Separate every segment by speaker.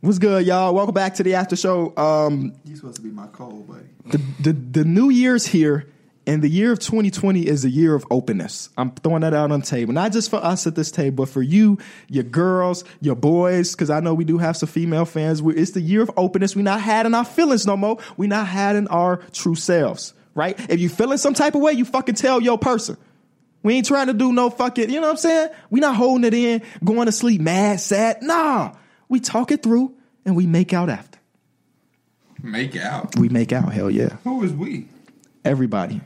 Speaker 1: What's good, y'all? Welcome back to the after show. Um,
Speaker 2: You supposed to be my cold buddy.
Speaker 1: the, the the new year's here, and the year of 2020 is the year of openness. I'm throwing that out on the table, not just for us at this table, but for you, your girls, your boys, because I know we do have some female fans. We, it's the year of openness. We're not hiding our feelings no more. We're not hiding our true selves, right? If you feeling some type of way, you fucking tell your person. We ain't trying to do no fucking, you know what I'm saying? We not holding it in, going to sleep mad, sad. Nah, we talk it through and we make out after.
Speaker 2: Make out.
Speaker 1: We make out, hell yeah.
Speaker 2: Who is we?
Speaker 1: Everybody.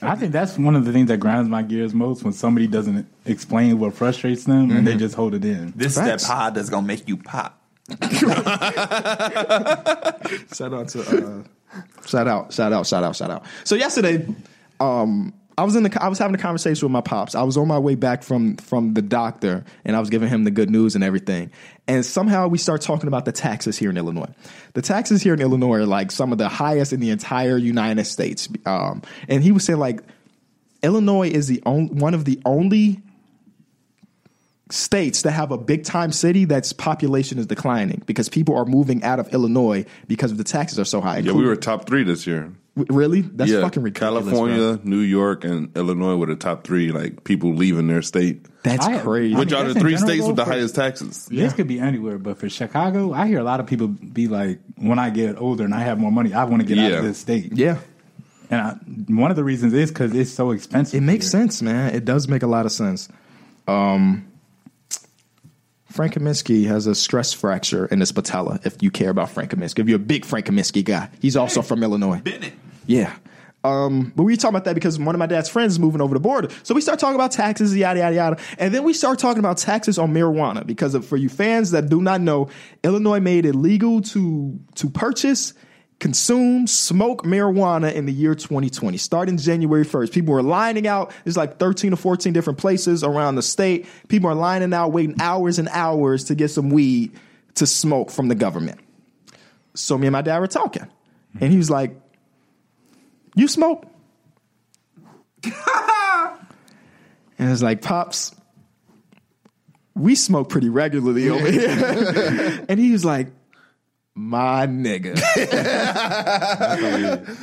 Speaker 3: I think that's one of the things that grinds my gears most when somebody doesn't explain what frustrates them and
Speaker 4: Mm-hmm.
Speaker 3: they just hold it in.
Speaker 5: This
Speaker 1: Facts.
Speaker 5: is that pod that's gonna make you pop.
Speaker 1: Shout out to uh, shout out, shout out, shout out, shout out. So yesterday, um, I was in the I was having a conversation with my pops. I was on my way back from from the doctor, and I was giving him the good news and everything. And somehow we start talking about the taxes here in Illinois. The taxes here in Illinois are like some of the highest in the entire United States. Um, and he was saying like Illinois is the only one of the only states that have a big time city that's population is declining because people are moving out of Illinois because of the taxes are so high.
Speaker 4: Yeah, we were top three this year.
Speaker 1: really that's
Speaker 4: yeah,
Speaker 1: fucking ridiculous. bro.
Speaker 4: California, New York, and Illinois were the top three. Like people leaving their state,
Speaker 1: That's
Speaker 3: I-
Speaker 1: crazy.
Speaker 3: I
Speaker 4: which
Speaker 3: mean,
Speaker 4: are
Speaker 3: that's
Speaker 4: the
Speaker 3: in
Speaker 4: three
Speaker 3: general,
Speaker 4: states with the
Speaker 3: though, for-
Speaker 4: highest taxes.
Speaker 3: This could be anywhere, but for Chicago, I hear a lot of people be like, when I get older and I have more money, I want to get out
Speaker 4: Yeah.
Speaker 3: of this state.
Speaker 1: yeah,
Speaker 3: And I, one of the reasons is because it's so expensive.
Speaker 1: it makes
Speaker 3: here.
Speaker 1: sense, man. It does make a lot of sense. Um, Frank Kaminsky has a stress fracture in his patella. If you care about Frank Kaminsky, if you're a big Frank Kaminsky guy, he's also from Illinois.
Speaker 2: Bennett.
Speaker 1: Yeah. Um, but we were talking about that because one of my dad's friends is moving over the border. So we start talking about taxes, yada, yada, yada. And then we start talking about taxes on marijuana because of, for you fans that do not know, Illinois made it legal to, to purchase, consume, smoke marijuana in the year 2020, starting January 1st. People were lining out. There's like 13 or 14 different places around the state. People are lining out, waiting hours and hours to get some weed to smoke from the government. So me and my dad were talking. And he was like, you smoke? and it's like, Pops, we smoke pretty regularly over here. and he was like, my nigga.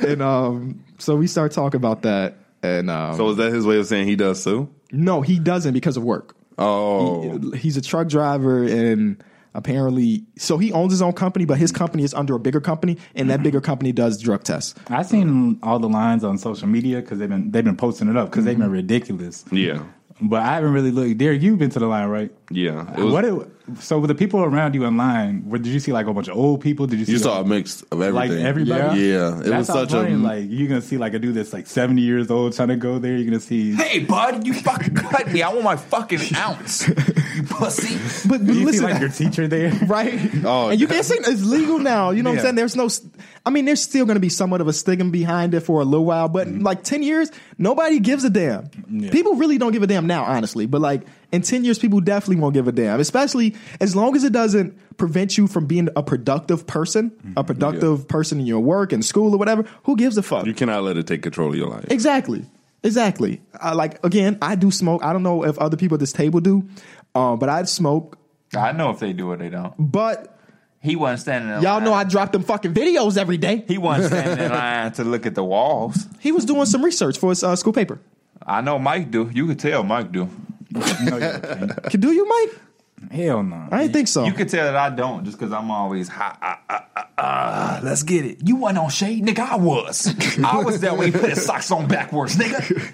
Speaker 1: and um, so we start talking about that. And um,
Speaker 4: So is that his way of saying he does too?
Speaker 1: no, he doesn't because of work.
Speaker 4: Oh,
Speaker 1: He- he's a truck driver and apparently, so he owns his own company, but his company is under a bigger company, and that bigger company does drug tests.
Speaker 3: I seen all the lines on social media because they've been they've been posting it up because they've been
Speaker 4: Mm-hmm.
Speaker 3: ridiculous.
Speaker 4: yeah,
Speaker 3: But I haven't really looked. Derek, you've been to the line, right?
Speaker 4: yeah. It was,
Speaker 3: what it, so with the people around you in line, what, did you see like a bunch of old people? Did you see
Speaker 4: you
Speaker 3: like,
Speaker 4: saw a mix of
Speaker 3: like
Speaker 4: everything.
Speaker 3: everybody?
Speaker 4: Yeah, it was
Speaker 3: That's
Speaker 4: such
Speaker 3: how funny,
Speaker 4: a
Speaker 3: like you're gonna see like a dude that's like seventy years old trying to go there. You're gonna see
Speaker 5: Hey, bud, you fucking cut me. I want my fucking ounce. You pussy.
Speaker 1: But, but
Speaker 3: you
Speaker 1: listen,
Speaker 3: see like your teacher there.
Speaker 1: right?
Speaker 4: Oh,
Speaker 1: and you can't say it's legal now. You know what I'm
Speaker 3: Yeah.
Speaker 1: saying? There's no, st- I mean, there's still going to be somewhat of a stigma behind it for a little while, but in like 10 years, nobody gives a damn.
Speaker 3: Mm-hmm. Yeah.
Speaker 1: People really don't give a damn now, honestly, but like in 10 years, people definitely won't give a damn, especially as long as it doesn't prevent you from being a productive person,
Speaker 3: Mm-hmm.
Speaker 1: a productive person in your work and school or whatever. Who gives a fuck?
Speaker 4: you cannot let it take control of your life.
Speaker 1: Exactly. Exactly. I, like, again, I do smoke. I don't know if other people at this table do, uh, but I smoke,
Speaker 5: I know if they do or they don't.
Speaker 1: but.
Speaker 5: He wasn't standing. In
Speaker 1: Y'all
Speaker 5: line.
Speaker 1: know I drop them fucking videos every day.
Speaker 5: He wasn't standing in line to look at the walls.
Speaker 1: He was doing some research for his uh, school paper.
Speaker 5: I know Mike do. You could tell Mike do.
Speaker 3: No, you can't.
Speaker 1: Could do you, Mike?
Speaker 3: Hell no.
Speaker 1: I didn't think so.
Speaker 5: You could tell that I don't just because I'm always hot. Uh, uh, uh, uh, let's get it. You wasn't on shade, nigga. I was. I was there when he put his socks on backwards, nigga.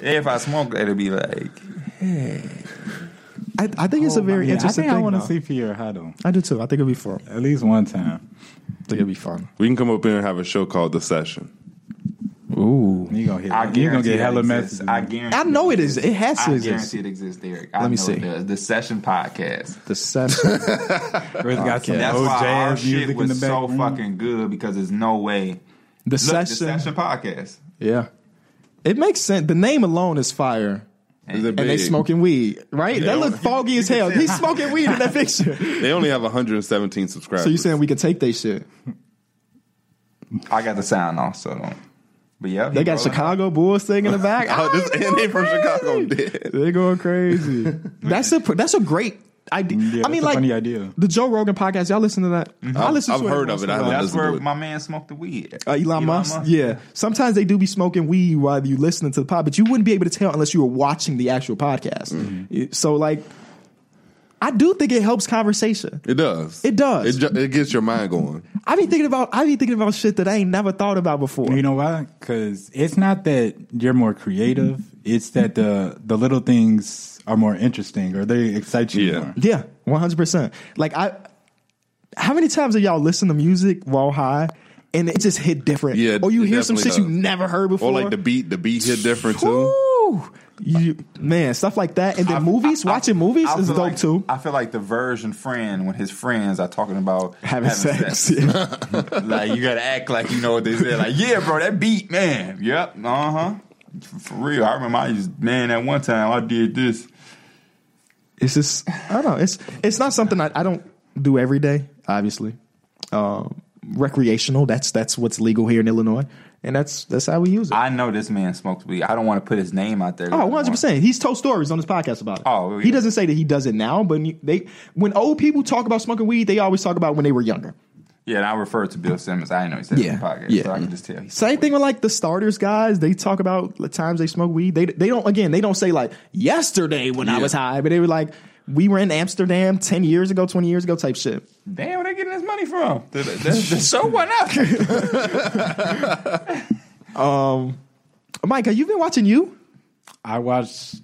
Speaker 5: If I smoke, it'll be like
Speaker 1: I, I think it's a very
Speaker 3: Yeah,
Speaker 1: interesting
Speaker 3: Oh, I think I
Speaker 1: thing.
Speaker 3: want to
Speaker 1: though.
Speaker 3: see Pierre Haddo
Speaker 1: I do too. I think it'll be fun. I
Speaker 3: at least one time.
Speaker 1: think it'll be fun.
Speaker 4: We can come up here and have a show called The Session.
Speaker 1: Ooh.
Speaker 3: You gonna hit?
Speaker 5: I
Speaker 3: you gonna
Speaker 5: guarantee
Speaker 3: get hella
Speaker 5: it exists.
Speaker 3: messages.
Speaker 5: I guarantee.
Speaker 1: I know it is.
Speaker 5: exists.
Speaker 1: It has to
Speaker 5: I
Speaker 1: exist.
Speaker 5: guarantee it exists, Derek. I
Speaker 1: Let me
Speaker 5: know
Speaker 1: see.
Speaker 5: It does. The session podcast.
Speaker 1: The session.
Speaker 3: Where it's got some
Speaker 1: That's
Speaker 5: That's
Speaker 3: old
Speaker 5: why our
Speaker 3: jazz
Speaker 5: shit
Speaker 3: music in the
Speaker 5: was so
Speaker 3: background.
Speaker 5: fucking good because there's no way.
Speaker 1: the
Speaker 5: Look, the
Speaker 1: session.
Speaker 5: session podcast.
Speaker 1: Yeah. It makes sense. The name alone is fire.
Speaker 4: Is it
Speaker 1: And they
Speaker 4: big?
Speaker 1: smoking weed, right?
Speaker 4: Yeah.
Speaker 1: That look foggy as hell. He's smoking weed in that picture.
Speaker 4: They only have 117 subscribers.
Speaker 1: so you saying we could take they shit?
Speaker 5: I got the sound off, so don't. But yeah,
Speaker 1: They got Chicago Bulls thing in the back.
Speaker 4: Oh, this and they from Chicago.
Speaker 1: They're going crazy. that's a that's a great idea.
Speaker 3: Yeah,
Speaker 1: I mean,
Speaker 3: that's a
Speaker 1: like
Speaker 3: funny idea.
Speaker 1: the Joe Rogan podcast. Y'all listen to that? I
Speaker 4: I've-
Speaker 1: listen.
Speaker 4: Mm-hmm. I've
Speaker 1: to
Speaker 4: heard
Speaker 1: every
Speaker 4: of it.
Speaker 1: once in a while.
Speaker 4: I haven't
Speaker 5: That's
Speaker 4: listen to
Speaker 5: where
Speaker 4: it.
Speaker 5: my man smoked the weed. at.
Speaker 1: Uh, Elon, Musk? Yeah. Sometimes they do be smoking weed while you listening to the pod, but you wouldn't be able to tell unless you were watching the actual podcast.
Speaker 4: Mm-hmm.
Speaker 1: It- So, like, I do think it helps conversation.
Speaker 4: It does.
Speaker 1: It does.
Speaker 4: It, ju- it gets your mind going.
Speaker 1: I be thinking about I be thinking about shit that I ain't never thought about before.
Speaker 3: You know why? Because it's not that you're more creative. It's that the the little things are more interesting or they excite you
Speaker 4: Yeah.
Speaker 3: more.
Speaker 1: Yeah, one hundred percent. Like I, how many times have y'all listened to music while high, and it just hit different?
Speaker 4: Yeah,
Speaker 1: or you
Speaker 4: it
Speaker 1: hear some shit
Speaker 4: definitely
Speaker 1: you
Speaker 4: does.
Speaker 1: never heard before,
Speaker 4: Or like the beat, the beat hit different too.
Speaker 1: Woo! You, man, stuff like that, and then movies. watching movies
Speaker 5: I
Speaker 1: is
Speaker 5: feel
Speaker 1: dope
Speaker 5: like-
Speaker 1: too.
Speaker 5: I feel like the version friend when his friends are talking about
Speaker 1: Having, sex, Yeah.
Speaker 5: like you gotta act like you know what they said. Like, yeah, bro, that beat, man. Yep, uh huh. For real, I remember I just man that one time I did this.
Speaker 1: it's just I don't know. It's it's not something I, I don't do every day, obviously. Um, recreational. That's that's what's legal here in Illinois, and that's that's how we use it.
Speaker 5: I know this man smoked weed. I don't want to put his name out there.
Speaker 1: Oh, 100 percent. He's told stories on his podcast about it.
Speaker 5: Oh, yeah.
Speaker 1: he doesn't say that he does it now, but you- they when old people talk about smoking weed, they always talk about when they were younger.
Speaker 5: Yeah, and I refer to Bill Simmons. I didn't know he said it
Speaker 1: Yeah,
Speaker 5: in the podcast,
Speaker 1: yeah.
Speaker 5: so I can just tell. He's,
Speaker 1: Same thing with like the starters guys. They talk about the times they smoke weed. They they don't again. They don't say like yesterday when I was high, but they were like we were in Amsterdam ten years ago, twenty years ago type shit.
Speaker 5: Damn, where they getting this money from? The, the, the, the show went up.
Speaker 1: Um, Mike, have you been watching you?
Speaker 3: I watch.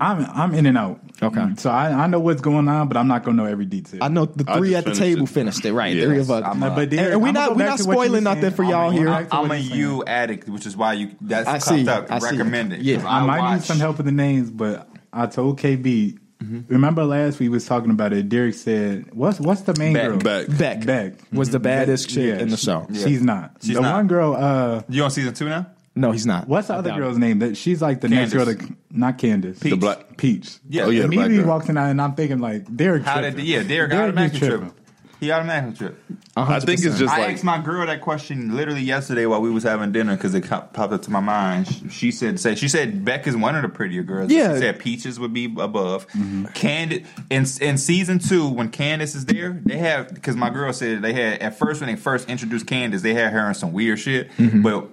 Speaker 3: I'm I'm in and out.
Speaker 1: Okay.
Speaker 3: So I, I know what's going on, but I'm not gonna know every detail.
Speaker 1: I know the
Speaker 4: I
Speaker 1: three
Speaker 4: just
Speaker 1: at the
Speaker 4: finished
Speaker 1: table
Speaker 4: it.
Speaker 1: finished it right.
Speaker 4: Yes,
Speaker 1: Three of us.
Speaker 5: I'm
Speaker 3: No,
Speaker 5: a-
Speaker 3: but there-
Speaker 1: and we
Speaker 3: I'ma
Speaker 1: not-
Speaker 3: go
Speaker 1: we
Speaker 3: back
Speaker 1: not
Speaker 3: to what you
Speaker 1: spoiling
Speaker 3: was
Speaker 1: nothing
Speaker 3: saying.
Speaker 1: for
Speaker 3: I'ma
Speaker 1: y'all
Speaker 3: go
Speaker 1: here.
Speaker 3: back to
Speaker 5: I'm
Speaker 3: what
Speaker 5: a
Speaker 3: you was saying.
Speaker 5: you addict, which is why you that's
Speaker 1: I
Speaker 5: I
Speaker 1: see.
Speaker 5: up.
Speaker 1: I see.
Speaker 5: recommended.
Speaker 1: Yeah.
Speaker 5: 'cause
Speaker 3: I, might
Speaker 5: watch-
Speaker 3: need some help with the names, but I told KB.
Speaker 1: Mm-hmm.
Speaker 3: Remember last we was talking about it. Derek said, "What's what's the main
Speaker 5: Beck.
Speaker 3: girl?
Speaker 4: Back.
Speaker 1: Beck
Speaker 3: Beck Mm-hmm.
Speaker 1: was the baddest
Speaker 3: Beck,
Speaker 1: chick
Speaker 3: yeah,
Speaker 1: in the
Speaker 3: she-
Speaker 1: show.
Speaker 3: She's not.
Speaker 5: She's
Speaker 3: the
Speaker 5: not.
Speaker 3: one girl. Uh,
Speaker 5: You on season two now?
Speaker 1: No, he's not.
Speaker 3: what's the
Speaker 1: I
Speaker 3: other
Speaker 1: doubt it.
Speaker 3: girl's name? That she's like the next girl.
Speaker 5: Candace.
Speaker 3: That, not Candace.
Speaker 5: Peach.
Speaker 4: The black.
Speaker 3: Peach.
Speaker 5: Yeah.
Speaker 4: Oh yeah, the black
Speaker 3: Immediately
Speaker 4: girl.
Speaker 3: walks in out, and I'm thinking like Derek.
Speaker 5: How
Speaker 3: tripping.
Speaker 5: did yeah? Derek,
Speaker 3: Derek
Speaker 5: automatically
Speaker 3: just
Speaker 5: tripped. He automatically tripped.
Speaker 4: I think it's just
Speaker 5: I
Speaker 4: like
Speaker 5: asked my girl that question literally yesterday while we was having dinner because it co- popped up to my mind. She- She said, "Say she said Beck is one of the prettier girls.
Speaker 1: Yeah. Mm-hmm.
Speaker 5: She said Peaches would be above. Candace in in season two when Candace is there, they have because my girl said they had at first when they first introduced Candace, they had her in some weird shit,
Speaker 1: Mm-hmm.
Speaker 5: but."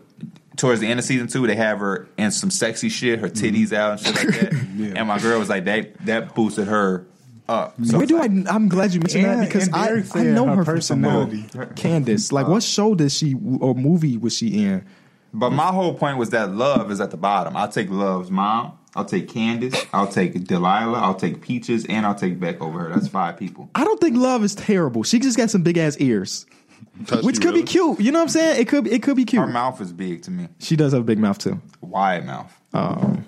Speaker 5: Towards the end of season two, they have her in some sexy shit, her titties
Speaker 1: Mm-hmm.
Speaker 5: out and shit like that. And my girl was like, "That that boosted her up." So
Speaker 1: Where do I? I'm glad you mentioned
Speaker 3: And-
Speaker 1: that because
Speaker 3: and
Speaker 1: I,
Speaker 3: Derek
Speaker 1: I
Speaker 3: said
Speaker 1: know
Speaker 3: her
Speaker 1: her, from somewhere.
Speaker 3: personality.
Speaker 1: Candace, like what show did she or movie was she in?
Speaker 5: But my whole point was that love is at the bottom. I'll take Love's mom. I'll take Candace. I'll take Delilah. I'll take Peaches, and I'll take Beck over her. That's five people.
Speaker 1: I don't think Love is terrible. She just got some big ass ears,
Speaker 4: touch
Speaker 1: which
Speaker 4: you
Speaker 1: could
Speaker 4: really.
Speaker 1: be cute. You know what I'm saying? It could it could be
Speaker 5: Her
Speaker 1: cute.
Speaker 5: mouth is big to me.
Speaker 1: She does have a big mouth too.
Speaker 5: Wide mouth.
Speaker 1: Um,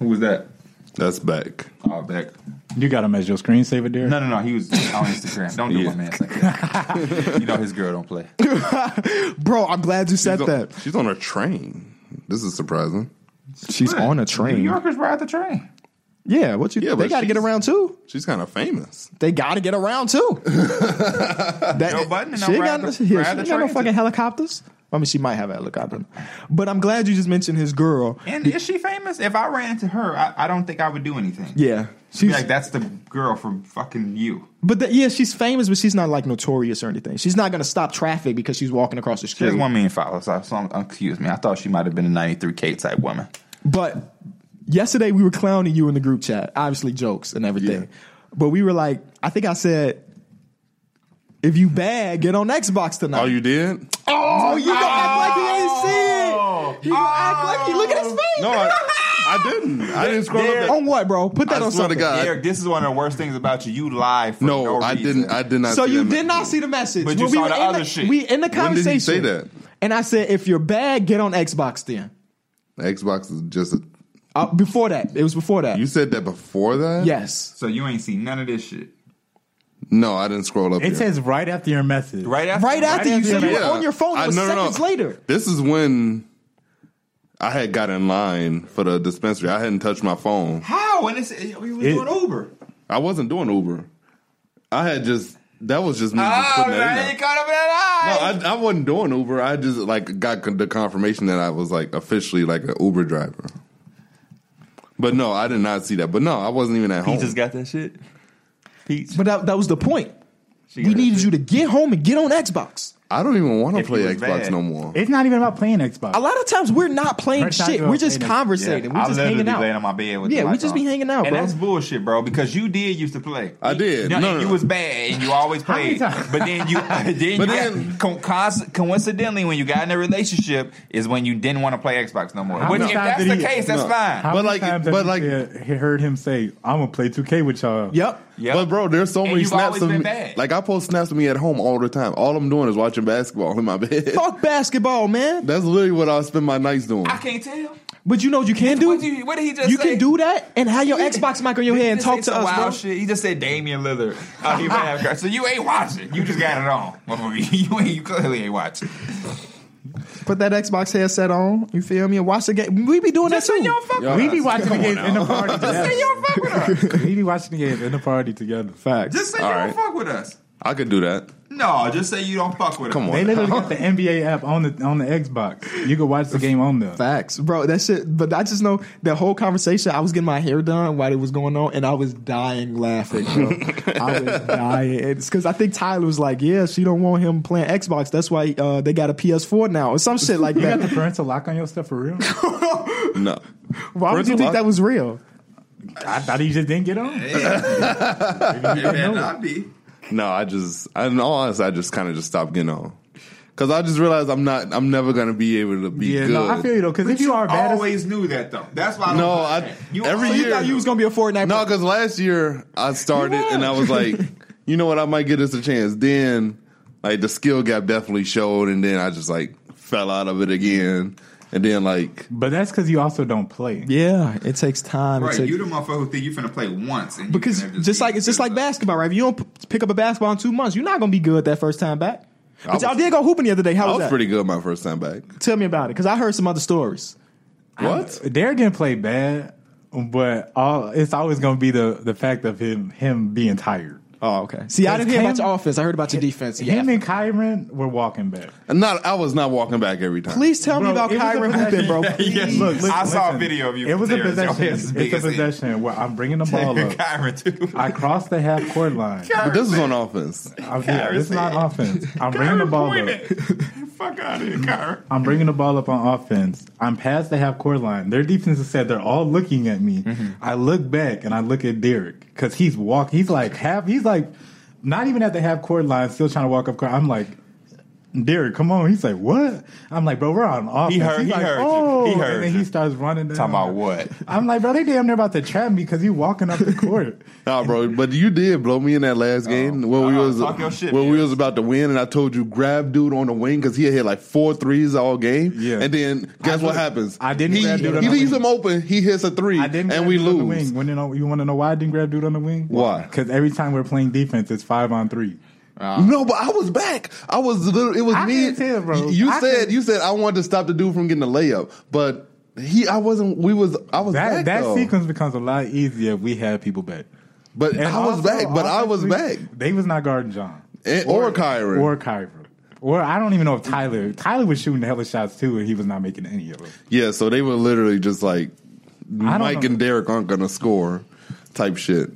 Speaker 5: Who was that?
Speaker 4: That's back.
Speaker 5: Oh, Beck.
Speaker 3: You got him as your screensaver, Derek.
Speaker 5: No, no, no. He was on Instagram. Don't do my man like that. you know his girl don't play.
Speaker 1: Bro, I'm glad you said
Speaker 4: She's on,
Speaker 1: that.
Speaker 4: she's on a train. This is surprising.
Speaker 1: She's on a train.
Speaker 5: New Yorkers ride the train.
Speaker 1: Yeah, what you?
Speaker 4: Yeah,
Speaker 1: they
Speaker 4: but
Speaker 1: got to get
Speaker 4: she's-
Speaker 1: around too.
Speaker 4: She's kind of famous.
Speaker 1: They got to get around too. that,
Speaker 5: Joe Budden and
Speaker 1: she
Speaker 5: I'm
Speaker 1: ain't
Speaker 5: riding
Speaker 1: got,
Speaker 5: the-
Speaker 1: yeah, she
Speaker 5: riding
Speaker 1: ain't
Speaker 5: the
Speaker 1: got no
Speaker 5: train
Speaker 1: fucking
Speaker 5: to-
Speaker 1: helicopters. I mean, she might have a helicopter, but I'm glad you just mentioned his girl.
Speaker 5: And is she famous? If I ran into her, I, I don't think I would do anything.
Speaker 1: Yeah,
Speaker 5: Be
Speaker 1: she's
Speaker 5: like that's the girl from fucking you.
Speaker 1: But that yeah, she's famous, but she's not like notorious or anything. She's not gonna stop traffic because she's walking across the
Speaker 5: She
Speaker 1: street.
Speaker 5: has one million followers. So, so um, excuse me. I thought she might have been a ninety-three K type woman.
Speaker 1: But yesterday we were clowning you in the group chat, obviously jokes and everything. But we were like, I think I said, if you bad, get on Xbox tonight.
Speaker 4: Oh, you did?
Speaker 1: oh, you gonna act like he ain't see it. He gonna act like he look at his face.
Speaker 4: Oh. No, I, I didn't. I didn't scroll up. That.
Speaker 1: on what, bro? Put that
Speaker 4: I
Speaker 1: on
Speaker 4: swear to
Speaker 1: something.
Speaker 4: God.
Speaker 5: Eric, this is one of the worst things about you. You lie for no,
Speaker 4: No, I
Speaker 5: reason.
Speaker 4: didn't. I did not.
Speaker 1: So
Speaker 4: see
Speaker 1: you
Speaker 4: that
Speaker 1: did not
Speaker 4: message.
Speaker 1: see the message.
Speaker 5: But you
Speaker 1: When we
Speaker 5: saw
Speaker 1: were
Speaker 5: the
Speaker 1: in
Speaker 5: other shit.
Speaker 1: We in the
Speaker 4: When did
Speaker 1: conversation.
Speaker 4: he say that?
Speaker 1: And I said, if you're bad, get on Xbox then.
Speaker 4: Xbox is just. A,
Speaker 1: Uh, before that, it was before that.
Speaker 4: you said that before that?
Speaker 1: yes.
Speaker 5: So you ain't seen none of this shit.
Speaker 4: No, I didn't scroll up.
Speaker 3: It
Speaker 4: here.
Speaker 3: says right after your message.
Speaker 5: Right after,
Speaker 1: Right after you said you were
Speaker 4: Yeah.
Speaker 1: on your phone,
Speaker 4: I-
Speaker 1: it was
Speaker 4: no, no, no.
Speaker 1: seconds later.
Speaker 4: This is when I had got in line for the dispensary. I hadn't touched my phone.
Speaker 5: How? And it's we were
Speaker 3: It-
Speaker 5: doing Uber.
Speaker 4: I wasn't doing Uber. I had just that was just me just
Speaker 5: Oh,
Speaker 4: putting that in
Speaker 5: man,
Speaker 4: there.
Speaker 5: you caught up in that eye.
Speaker 4: I, I wasn't doing Uber. I just like got con- the confirmation that I was like officially like an Uber driver. But no, I did not see that. But no, I wasn't even at home.
Speaker 5: he just got that shit. Peach.
Speaker 1: But that, that was the point.
Speaker 5: She
Speaker 1: We
Speaker 5: got
Speaker 1: needed you to get home and get on Xbox.
Speaker 4: I don't even want to
Speaker 5: If
Speaker 4: play
Speaker 5: you was
Speaker 4: Xbox
Speaker 5: bad.
Speaker 4: no more.
Speaker 3: It's not even about playing Xbox.
Speaker 1: A lot of times we're not playing
Speaker 3: We're not
Speaker 1: shit.
Speaker 3: doing
Speaker 1: We're just
Speaker 3: anything.
Speaker 1: conversating. We're
Speaker 5: I
Speaker 1: just
Speaker 5: literally
Speaker 1: hanging
Speaker 5: be
Speaker 1: out.
Speaker 5: laying on my bed with
Speaker 1: Yeah,
Speaker 5: the
Speaker 1: we
Speaker 5: lights
Speaker 1: just be
Speaker 5: on.
Speaker 1: hanging out,
Speaker 5: and
Speaker 1: bro.
Speaker 5: that's bullshit, bro. Because you did used to play.
Speaker 4: I did.
Speaker 5: You,
Speaker 4: No,
Speaker 5: and
Speaker 4: no,
Speaker 5: you
Speaker 4: no.
Speaker 5: was bad, and you always
Speaker 3: many
Speaker 5: played.
Speaker 3: times?
Speaker 5: But then you, then
Speaker 4: But
Speaker 5: you
Speaker 4: then-
Speaker 5: got, con- cons- coincidentally, when you got in a relationship, is when you didn't want to play Xbox no more.
Speaker 3: How
Speaker 5: Which,
Speaker 3: many
Speaker 5: if
Speaker 3: times
Speaker 5: that's
Speaker 3: did
Speaker 5: the
Speaker 3: he-
Speaker 5: case, that's
Speaker 4: No.
Speaker 5: fine.
Speaker 3: How
Speaker 4: But
Speaker 3: many
Speaker 4: like-
Speaker 3: times have
Speaker 4: but
Speaker 3: you
Speaker 4: like-
Speaker 3: said- he heard him say, "I'm gonna play 2K with y'all."
Speaker 1: Yep.
Speaker 5: Yep.
Speaker 4: But bro, there's so
Speaker 5: And
Speaker 4: many
Speaker 5: you've
Speaker 4: snaps
Speaker 5: always
Speaker 4: of
Speaker 5: been
Speaker 4: me.
Speaker 5: bad.
Speaker 4: Like I post snaps of me at home all the time. All I'm doing is watching basketball in my bed.
Speaker 1: Fuck basketball, man.
Speaker 4: That's literally what I spend my nights doing.
Speaker 5: I can't tell.
Speaker 1: But you know what you can do?
Speaker 5: What, do you, what did he just
Speaker 1: You
Speaker 5: say?
Speaker 1: can do that and have your Xbox mic on your head and
Speaker 5: Just
Speaker 1: talk
Speaker 5: say
Speaker 1: to
Speaker 5: some
Speaker 1: us,
Speaker 5: wild
Speaker 1: bro.
Speaker 5: Shit. He just said Damian Lillard. Oh, he ran after- So you ain't watching. You just got it on. motherfucker. you ain't. You clearly ain't watching.
Speaker 1: Put that Xbox headset on. You feel me? And watch the game. We be doing
Speaker 5: Just
Speaker 1: that
Speaker 5: say
Speaker 1: too.
Speaker 5: y'all fuck.
Speaker 4: Y'all
Speaker 3: We
Speaker 4: guys,
Speaker 3: be watching the
Speaker 4: come on
Speaker 3: games
Speaker 4: now.
Speaker 3: in the party
Speaker 5: Say
Speaker 3: together.
Speaker 5: y'all fuck with us.
Speaker 3: we be watching the games in the party together.
Speaker 1: Facts.
Speaker 5: Just say
Speaker 4: All
Speaker 5: you
Speaker 4: right.
Speaker 5: don't fuck with us.
Speaker 4: I could do that.
Speaker 5: No, just say you don't fuck with
Speaker 4: Come
Speaker 5: us.
Speaker 4: on.
Speaker 3: They literally got the NBA app on the on the Xbox. You can watch the game on there.
Speaker 1: Facts, bro. That shit. But I just know that whole conversation. I was getting my hair done while it was going on, and I was dying laughing. Bro. I was dying. And It's because I think Tyler was like, "Yeah, she don't want him playing Xbox. That's why uh, they got a PS4 now, or some shit like
Speaker 3: You got the
Speaker 1: that."
Speaker 3: parental lock on your stuff for real?
Speaker 4: No.
Speaker 1: Why would you
Speaker 4: Parental
Speaker 1: think
Speaker 4: lock?
Speaker 1: that was real?
Speaker 3: I thought he just didn't get on.
Speaker 5: It better not be.
Speaker 4: No, I just I in all honesty, I just kinda just stopped getting on. Cause I just realized I'm not I'm never gonna be able to be
Speaker 3: Yeah,
Speaker 4: good.
Speaker 3: no, I feel you though. Because if you are bad, as-
Speaker 5: always knew that though. That's why. I
Speaker 4: No,
Speaker 5: don't
Speaker 4: I-
Speaker 5: understand. you
Speaker 4: every
Speaker 1: So
Speaker 5: always-
Speaker 1: you
Speaker 4: year-
Speaker 1: thought you was gonna be a Fortnite?
Speaker 4: No,
Speaker 1: player.
Speaker 4: because last year I started and I was like, you know what, I might get us a chance. Then, like, the skill gap definitely showed, and then I just like fell out of it again. And then, like,
Speaker 3: but that's because you also don't play.
Speaker 1: yeah, it takes time. It
Speaker 5: Right,
Speaker 1: takes-
Speaker 5: you the motherfucker who think you finna play once and you
Speaker 1: because
Speaker 5: finna
Speaker 1: just like it's just like basketball, right? If you don't p- pick up a basketball in two months, you're not gonna be good that first time back. But
Speaker 4: was-
Speaker 1: y'all did go hooping the other day. How
Speaker 4: I
Speaker 1: was,
Speaker 4: was
Speaker 1: that?
Speaker 4: pretty good my first time back.
Speaker 1: Tell me about it, because I heard some other stories.
Speaker 4: What?
Speaker 3: Derek didn't play bad, but all it's always going to be the the fact of him him being tired.
Speaker 1: Oh, okay. See, I
Speaker 3: Because
Speaker 1: didn't hear about
Speaker 3: Cam-
Speaker 1: your offense. I heard about your defense. Yeah.
Speaker 3: Him and Kyron were walking back.
Speaker 4: And not, I was not walking back every time.
Speaker 1: Please tell me
Speaker 3: Bro,
Speaker 1: about
Speaker 3: it was a
Speaker 1: Kyron
Speaker 3: possession.
Speaker 1: Hoopin, bro.
Speaker 5: Yes.
Speaker 3: Look, look,
Speaker 5: I saw a
Speaker 3: listen.
Speaker 5: video of you.
Speaker 3: It was a
Speaker 5: There, it's
Speaker 3: possession.
Speaker 5: your- it's
Speaker 3: It's,
Speaker 5: big
Speaker 3: a
Speaker 5: as it.
Speaker 3: possession where I'm bringing the ball up.
Speaker 5: Kyron too.
Speaker 3: I cross the half court line.
Speaker 4: But this is on offense.
Speaker 3: I'm here. This is not offense. I'm bringing the
Speaker 5: Kyron
Speaker 3: ball up.
Speaker 5: pointed. Fuck out of here, Kyron.
Speaker 3: I'm bringing the ball up on offense. I'm past the half court line. Their defense is set. They're all looking at me.
Speaker 5: Mm-hmm.
Speaker 3: I look back and I look at Derek because he's walk. He's like half. He's like not even at the half court line. Still trying to walk up court. I'm like. Derek, come on. He's like, what? I'm like, bro, we're on offense.
Speaker 5: heard-
Speaker 3: He's
Speaker 5: he
Speaker 3: like,
Speaker 5: heard you.
Speaker 3: oh.
Speaker 5: He heard
Speaker 3: And then
Speaker 5: you.
Speaker 3: he starts running down.
Speaker 5: Talking about what?
Speaker 3: I'm like, bro, they damn near about to trap me because you walking up the court.
Speaker 4: Nah, bro, but you did blow me in that
Speaker 3: Oh,
Speaker 4: last game where we
Speaker 5: Uh-uh,
Speaker 4: was
Speaker 5: talk your shit,
Speaker 4: where we
Speaker 5: Beals.
Speaker 4: was about to win, and I told you grab dude on the wing because he had hit like four threes all game.
Speaker 3: Yeah.
Speaker 4: and then guess what
Speaker 3: did-
Speaker 4: happens?
Speaker 3: I didn't
Speaker 4: He,
Speaker 3: grab dude on
Speaker 4: he
Speaker 3: the
Speaker 4: leaves
Speaker 3: wing.
Speaker 4: him open. He hits a three,
Speaker 3: I didn't
Speaker 4: and
Speaker 3: grab
Speaker 4: we
Speaker 3: dude on the
Speaker 4: lose.
Speaker 3: wing. When you, know, you want to know why I didn't grab dude on the wing?
Speaker 4: Why?
Speaker 3: Because every time we're playing defense, it's five on three.
Speaker 4: No, but I was back. I was literally. It was
Speaker 3: I
Speaker 4: me.
Speaker 3: can tell, bro.
Speaker 4: You
Speaker 3: I
Speaker 4: said
Speaker 3: can-
Speaker 4: you said I wanted to stop the dude from getting the layup, but he. I wasn't. We was. I was back
Speaker 3: That that
Speaker 4: though.
Speaker 3: sequence becomes a lot easier if we had people back.
Speaker 4: But
Speaker 3: And
Speaker 4: I was
Speaker 3: also,
Speaker 4: back. But I was
Speaker 3: offensively,
Speaker 4: back.
Speaker 3: They was not guarding John
Speaker 4: And, or, Kyron.
Speaker 3: or Kyra. Or I don't even know if Tyler. Tyler was shooting hella shots too, and he was not making any of them.
Speaker 4: yeah. So they were literally just like
Speaker 3: don't
Speaker 4: Mike
Speaker 3: know.
Speaker 4: and Derek aren't gonna score, type shit.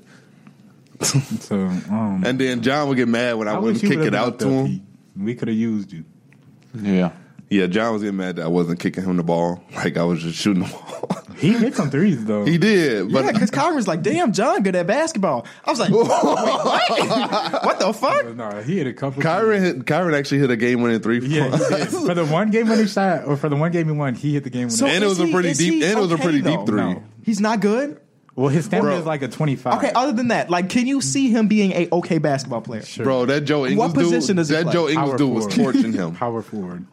Speaker 3: So um,
Speaker 4: And then John would get mad when I,
Speaker 3: I
Speaker 4: wouldn't
Speaker 3: wish you
Speaker 4: kick
Speaker 3: would've
Speaker 4: it
Speaker 3: been
Speaker 4: out
Speaker 3: up
Speaker 4: to
Speaker 3: there,
Speaker 4: him.
Speaker 3: Pete. We could have used you.
Speaker 5: Yeah.
Speaker 4: Yeah, John was getting mad that I wasn't kicking him the ball. Like I was just shooting the ball.
Speaker 3: He hit some threes though.
Speaker 4: he did,
Speaker 1: Yeah,
Speaker 4: but
Speaker 1: because Kyron's like, damn, John, good at basketball. I was like, wait, what? what the fuck?
Speaker 3: But no, he hit a couple.
Speaker 4: Kyron hit, Kyron actually hit a game winning three.
Speaker 3: threes. Yeah,
Speaker 4: pointer.
Speaker 3: he did. for the one game winning shot, or for the one game he won, he hit the game winning.
Speaker 1: So
Speaker 4: And it
Speaker 1: is
Speaker 4: was a pretty
Speaker 1: is
Speaker 4: deep- and it was a pretty deep three.
Speaker 3: No.
Speaker 1: He's not good.
Speaker 3: well, his stamina
Speaker 4: Bro.
Speaker 3: is like a twenty-five.
Speaker 1: Okay, other than that, like, can you see him being a okay basketball player?
Speaker 3: Sure.
Speaker 4: Bro, that Joe Ingles
Speaker 1: position
Speaker 4: dude,
Speaker 1: does he
Speaker 4: that
Speaker 1: play?
Speaker 4: Joe Ingles
Speaker 3: Power
Speaker 4: dude was
Speaker 3: forward.
Speaker 4: torching him.
Speaker 3: power forward.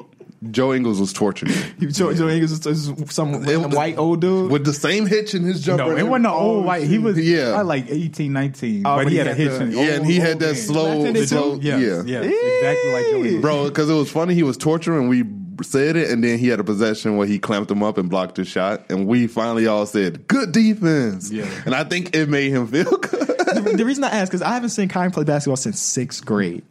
Speaker 4: Joe Ingles was torching him
Speaker 1: Joe, Joe Ingles is- is some random
Speaker 4: was-
Speaker 1: white old dude.
Speaker 4: with the same hitch in his jumper.
Speaker 3: No, it
Speaker 4: and
Speaker 3: wasn't an
Speaker 4: everything.
Speaker 3: old white. He was
Speaker 4: Yeah.
Speaker 3: yeah. like oh, 18, 19.
Speaker 1: Oh,
Speaker 3: but, he had, a hitch.
Speaker 1: the-
Speaker 3: in-
Speaker 4: Yeah, and
Speaker 3: old-
Speaker 4: he had
Speaker 3: old
Speaker 4: that
Speaker 3: man.
Speaker 4: slow,
Speaker 1: Left-handed
Speaker 4: slow,
Speaker 3: Yes,
Speaker 4: yeah,
Speaker 3: yes, exactly like Joey.
Speaker 4: bro. Because it was funny. He was torturing. We said it, and then he had a possession where he clamped him up and blocked his shot, and we finally all said, "Good defense."
Speaker 3: Yeah.
Speaker 4: and I think it made him feel good.
Speaker 1: the, the reason I ask is I haven't seen Kyron play basketball since sixth grade.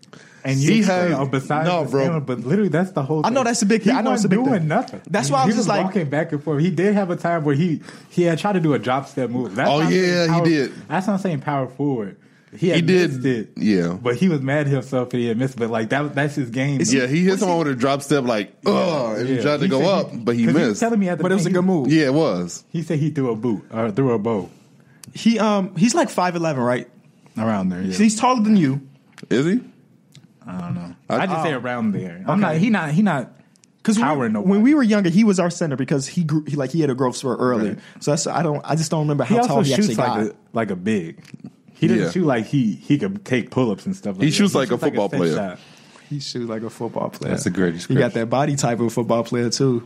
Speaker 3: and
Speaker 4: he
Speaker 3: you
Speaker 4: had-
Speaker 3: had oh, besides
Speaker 4: no,
Speaker 3: no,
Speaker 4: bro.
Speaker 3: bro. but literally that's the whole.
Speaker 1: I know
Speaker 3: thing.
Speaker 1: that's a big
Speaker 3: He
Speaker 1: thing. I know it's
Speaker 3: wasn't
Speaker 1: a big
Speaker 3: doing
Speaker 1: thing.
Speaker 3: nothing.
Speaker 1: That's why I
Speaker 3: He
Speaker 1: was just like-
Speaker 3: walking back and forth. He did have a time where he he had tried to do a drop step move. That's
Speaker 4: Oh,
Speaker 3: not
Speaker 4: yeah,
Speaker 3: saying
Speaker 4: he
Speaker 3: power-
Speaker 4: did.
Speaker 3: That's not saying power forward. He, had
Speaker 4: He did-
Speaker 3: missed it.
Speaker 4: yeah.
Speaker 3: But he was mad at himself that he had missed it. But like that that's his game. though.
Speaker 4: Yeah, he hit someone with a drop step like, oh, and he
Speaker 3: Yeah.
Speaker 4: tried to
Speaker 3: He
Speaker 4: go
Speaker 3: said
Speaker 4: up, but he
Speaker 3: 'cause
Speaker 4: missed.
Speaker 3: telling me at the
Speaker 1: But it was a
Speaker 3: beginning,
Speaker 1: good move.
Speaker 4: yeah, it was.
Speaker 3: He, he said he threw a boot or threw a bow
Speaker 1: He um he's like five eleven, right?
Speaker 3: around there. Yeah.
Speaker 1: He's taller than you.
Speaker 4: Is he?
Speaker 3: I don't know. I,
Speaker 4: I-
Speaker 3: just say around there. I'm not. Oh. He not. He not.
Speaker 1: Because
Speaker 3: Howard
Speaker 1: when,
Speaker 3: nobody.
Speaker 1: when we were younger, he was our center because he grew he like he had a growth spurt early. So that's I don't I just don't remember
Speaker 3: He
Speaker 1: how tall
Speaker 3: also
Speaker 1: he actually
Speaker 3: shoots
Speaker 1: got.
Speaker 3: like a like a big. He doesn't
Speaker 4: Yeah.
Speaker 3: shoot like he he could take pull ups and stuff. like
Speaker 4: He
Speaker 3: that.
Speaker 4: shoots like a football
Speaker 3: set
Speaker 4: player.
Speaker 3: shot.
Speaker 1: he shoots like a football player.
Speaker 4: That's a
Speaker 1: You
Speaker 4: great
Speaker 1: got
Speaker 4: description.
Speaker 1: that body type of a football player too.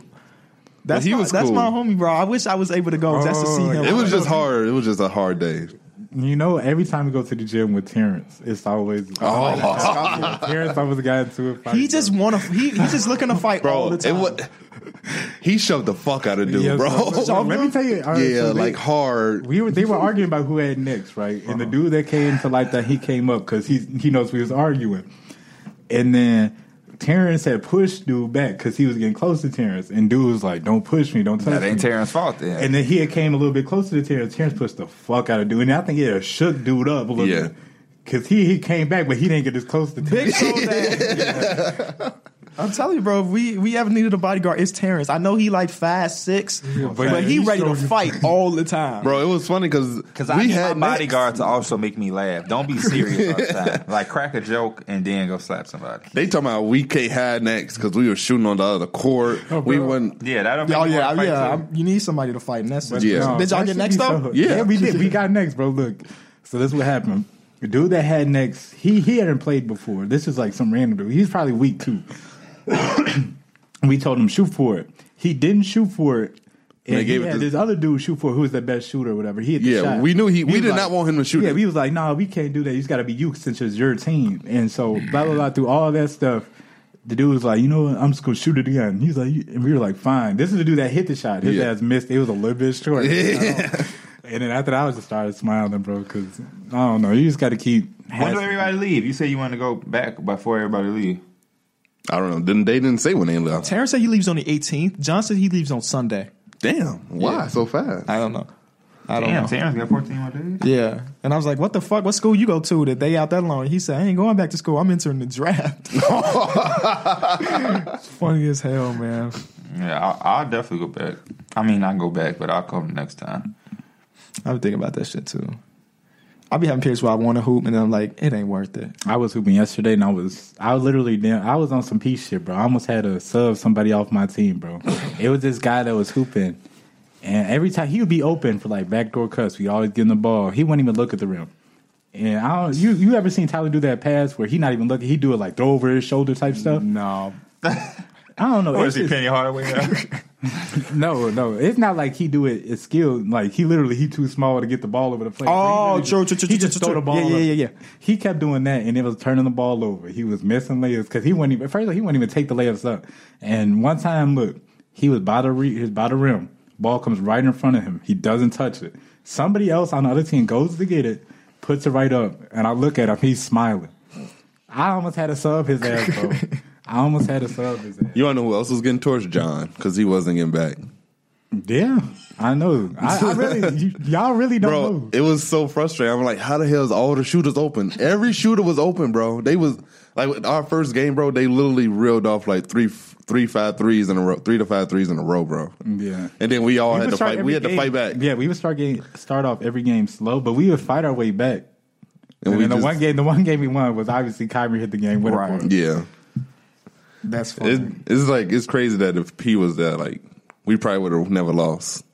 Speaker 1: That's
Speaker 4: he
Speaker 1: my,
Speaker 4: was
Speaker 1: that's
Speaker 4: cool.
Speaker 1: my homie, bro. I wish I was able to go just to see him.
Speaker 4: It was just hard. It was just a hard day.
Speaker 3: You know, every time we go to the gym with Terrence, it's always
Speaker 4: Oh,
Speaker 3: Terrence always got into a fight.
Speaker 1: he just want to. He, he's just looking to fight all
Speaker 4: bro,
Speaker 1: the
Speaker 4: it
Speaker 1: time.
Speaker 4: wa- he shoved the fuck out of dude,
Speaker 3: Yeah,
Speaker 4: bro.
Speaker 3: So, so let me tell you. all right,
Speaker 4: yeah,
Speaker 3: so they-
Speaker 4: like hard.
Speaker 3: we were they were arguing about who had next, right? And the
Speaker 5: Uh-huh.
Speaker 3: dude that came to like that he came up because he he knows we was arguing, and then Terrence had pushed dude back because he was getting close to Terrence, and dude was like, "Don't push me, don't touch
Speaker 5: That
Speaker 3: me."
Speaker 5: ain't Terrence's fault then.
Speaker 3: And then he had came a little bit closer to Terrence. Terrence pushed the fuck out of dude, and I think it shook dude up a little
Speaker 4: Yeah.
Speaker 3: bit. Cause he, he came back, but he didn't get as close to
Speaker 1: Big
Speaker 3: Terrence.
Speaker 1: shoulder. I'm telling you, bro. If we we ever needed a bodyguard, it's Terrence. I know he like five six, but, he
Speaker 3: he's
Speaker 1: ready to
Speaker 3: strong.
Speaker 1: fight all the time.
Speaker 4: Bro, it was funny because
Speaker 5: Because I
Speaker 4: we
Speaker 5: need my
Speaker 4: had next.
Speaker 5: bodyguard to also make me laugh. Don't be serious all the time. Like crack a joke and then go slap somebody.
Speaker 4: They talking about we can't hide next because we were shooting on the other court. we
Speaker 3: bro.
Speaker 4: went.
Speaker 5: Yeah, that'll make
Speaker 1: Oh
Speaker 5: me
Speaker 1: yeah,
Speaker 5: wanna
Speaker 1: I-
Speaker 5: fight
Speaker 1: yeah.
Speaker 5: too.
Speaker 1: I'm- you need somebody to fight, and that's
Speaker 4: Yeah.
Speaker 1: Did y'all
Speaker 3: that
Speaker 1: get
Speaker 3: should
Speaker 1: next,
Speaker 3: be
Speaker 1: though?
Speaker 3: so-
Speaker 4: Yeah.
Speaker 3: yeah. we did. We got next, bro. Look, so this is what happened. The dude that had next, he he hadn't played before. This is like some random dude. He's probably weak too. we told him shoot for it. He didn't shoot for it. And
Speaker 4: They gave
Speaker 3: he
Speaker 4: it
Speaker 3: had
Speaker 4: to-
Speaker 3: this other dude shoot for it, who was the best shooter or whatever. He had the
Speaker 4: Yeah,
Speaker 3: shot.
Speaker 4: we knew he- we
Speaker 3: was
Speaker 4: did not want him to shoot
Speaker 3: Yeah,
Speaker 4: it.
Speaker 3: we was like, nah, we can't do that. He's got to be you since it's your team. And so blah blah blah through all that stuff. The dude was like, you know what? I'm just gonna shoot it again. He's like, you- and we were like, fine. This is the dude that hit the shot. His
Speaker 4: Yeah.
Speaker 3: ass missed. It was a little bit short. And then after that, I was just started smiling, bro, because I don't know. You just got to keep.
Speaker 5: When do everybody leave? You said you want to go back before everybody leave.
Speaker 4: I don't know. Didn't they didn't say when they left?
Speaker 1: Terrence said he leaves on the 18th. John said he leaves on Sunday.
Speaker 4: Damn, why so fast?
Speaker 1: I don't know. I don't
Speaker 5: Damn,
Speaker 1: know.
Speaker 5: Terrence got 14 more days.
Speaker 1: Yeah, and I was like, "What the fuck? What school you go to that they out that long?" He said, "I ain't going back to school. I'm entering the draft." Funny as hell, man.
Speaker 5: Yeah, I'll, I'll definitely go back. I mean, I can go back, but I'll come next time.
Speaker 1: I've been thinking about that shit too. I'll be having periods where I want to hoop, and then I'm like, "It ain't worth it."
Speaker 3: I was hooping yesterday, and I was, I was literally, damn, I was on some peace shit, bro. I almost had to sub somebody off my team, bro. it was this guy that was hooping, and every time he would be open for like backdoor cuts, we always get him the ball. He wouldn't even look at the rim. And I don't, you, you ever seen Tyler do that pass where he not even looking? He do it like throw over his shoulder type stuff.
Speaker 1: No,
Speaker 3: I don't know.
Speaker 5: Or Oh, is
Speaker 3: It's
Speaker 5: he
Speaker 3: just-
Speaker 5: Penny Hardaway? now?
Speaker 3: No, no, it's not like he do it. It's skilled. Like he literally he too small to get the ball over the plate.
Speaker 1: Oh,
Speaker 3: He
Speaker 1: true,
Speaker 3: literally just-
Speaker 1: true, true,
Speaker 3: He
Speaker 1: true,
Speaker 3: just
Speaker 1: true,
Speaker 3: throw the
Speaker 1: true.
Speaker 3: ball.
Speaker 1: Yeah, yeah,
Speaker 3: up.
Speaker 1: yeah, yeah.
Speaker 3: He kept doing that, and it was turning the ball over. He was missing layups because he wouldn't even. First, of all, he wouldn't even take the layups up. And one time, look, he was by the re, his by the rim. Ball comes right in front of him. He doesn't touch it. Somebody else on the other team goes to get it, puts it right up, and I look at him. He's smiling. I almost had to sub his ass, bro. I almost had to sub his ass.
Speaker 4: You don't know who else was getting torched, John, because he wasn't getting back.
Speaker 3: Yeah, I know. I, I really, you, y'all really don't
Speaker 4: Bro,
Speaker 3: know.
Speaker 4: it was so frustrating. I'm like, how the hell is all the shooters open? Every shooter was open, bro. They was like with our first game, bro. They literally reeled off like three, three, five threes in a row, three to five threes in a row, bro.
Speaker 3: Yeah.
Speaker 4: And then we all
Speaker 3: We would
Speaker 4: had to
Speaker 3: Mm. start
Speaker 4: fight.
Speaker 3: every
Speaker 4: We had to
Speaker 3: game-
Speaker 4: fight back.
Speaker 3: Yeah, we would start game, start off every game slow, but we would fight our way back. And,
Speaker 4: And we
Speaker 3: then the
Speaker 4: just-
Speaker 3: one game, the one game we won was obviously Kyrie hit the game winner.
Speaker 1: Right.
Speaker 3: for us.
Speaker 4: Yeah,
Speaker 1: that's funny.
Speaker 4: it, it's like it's crazy that if P was there, like we probably would have never lost.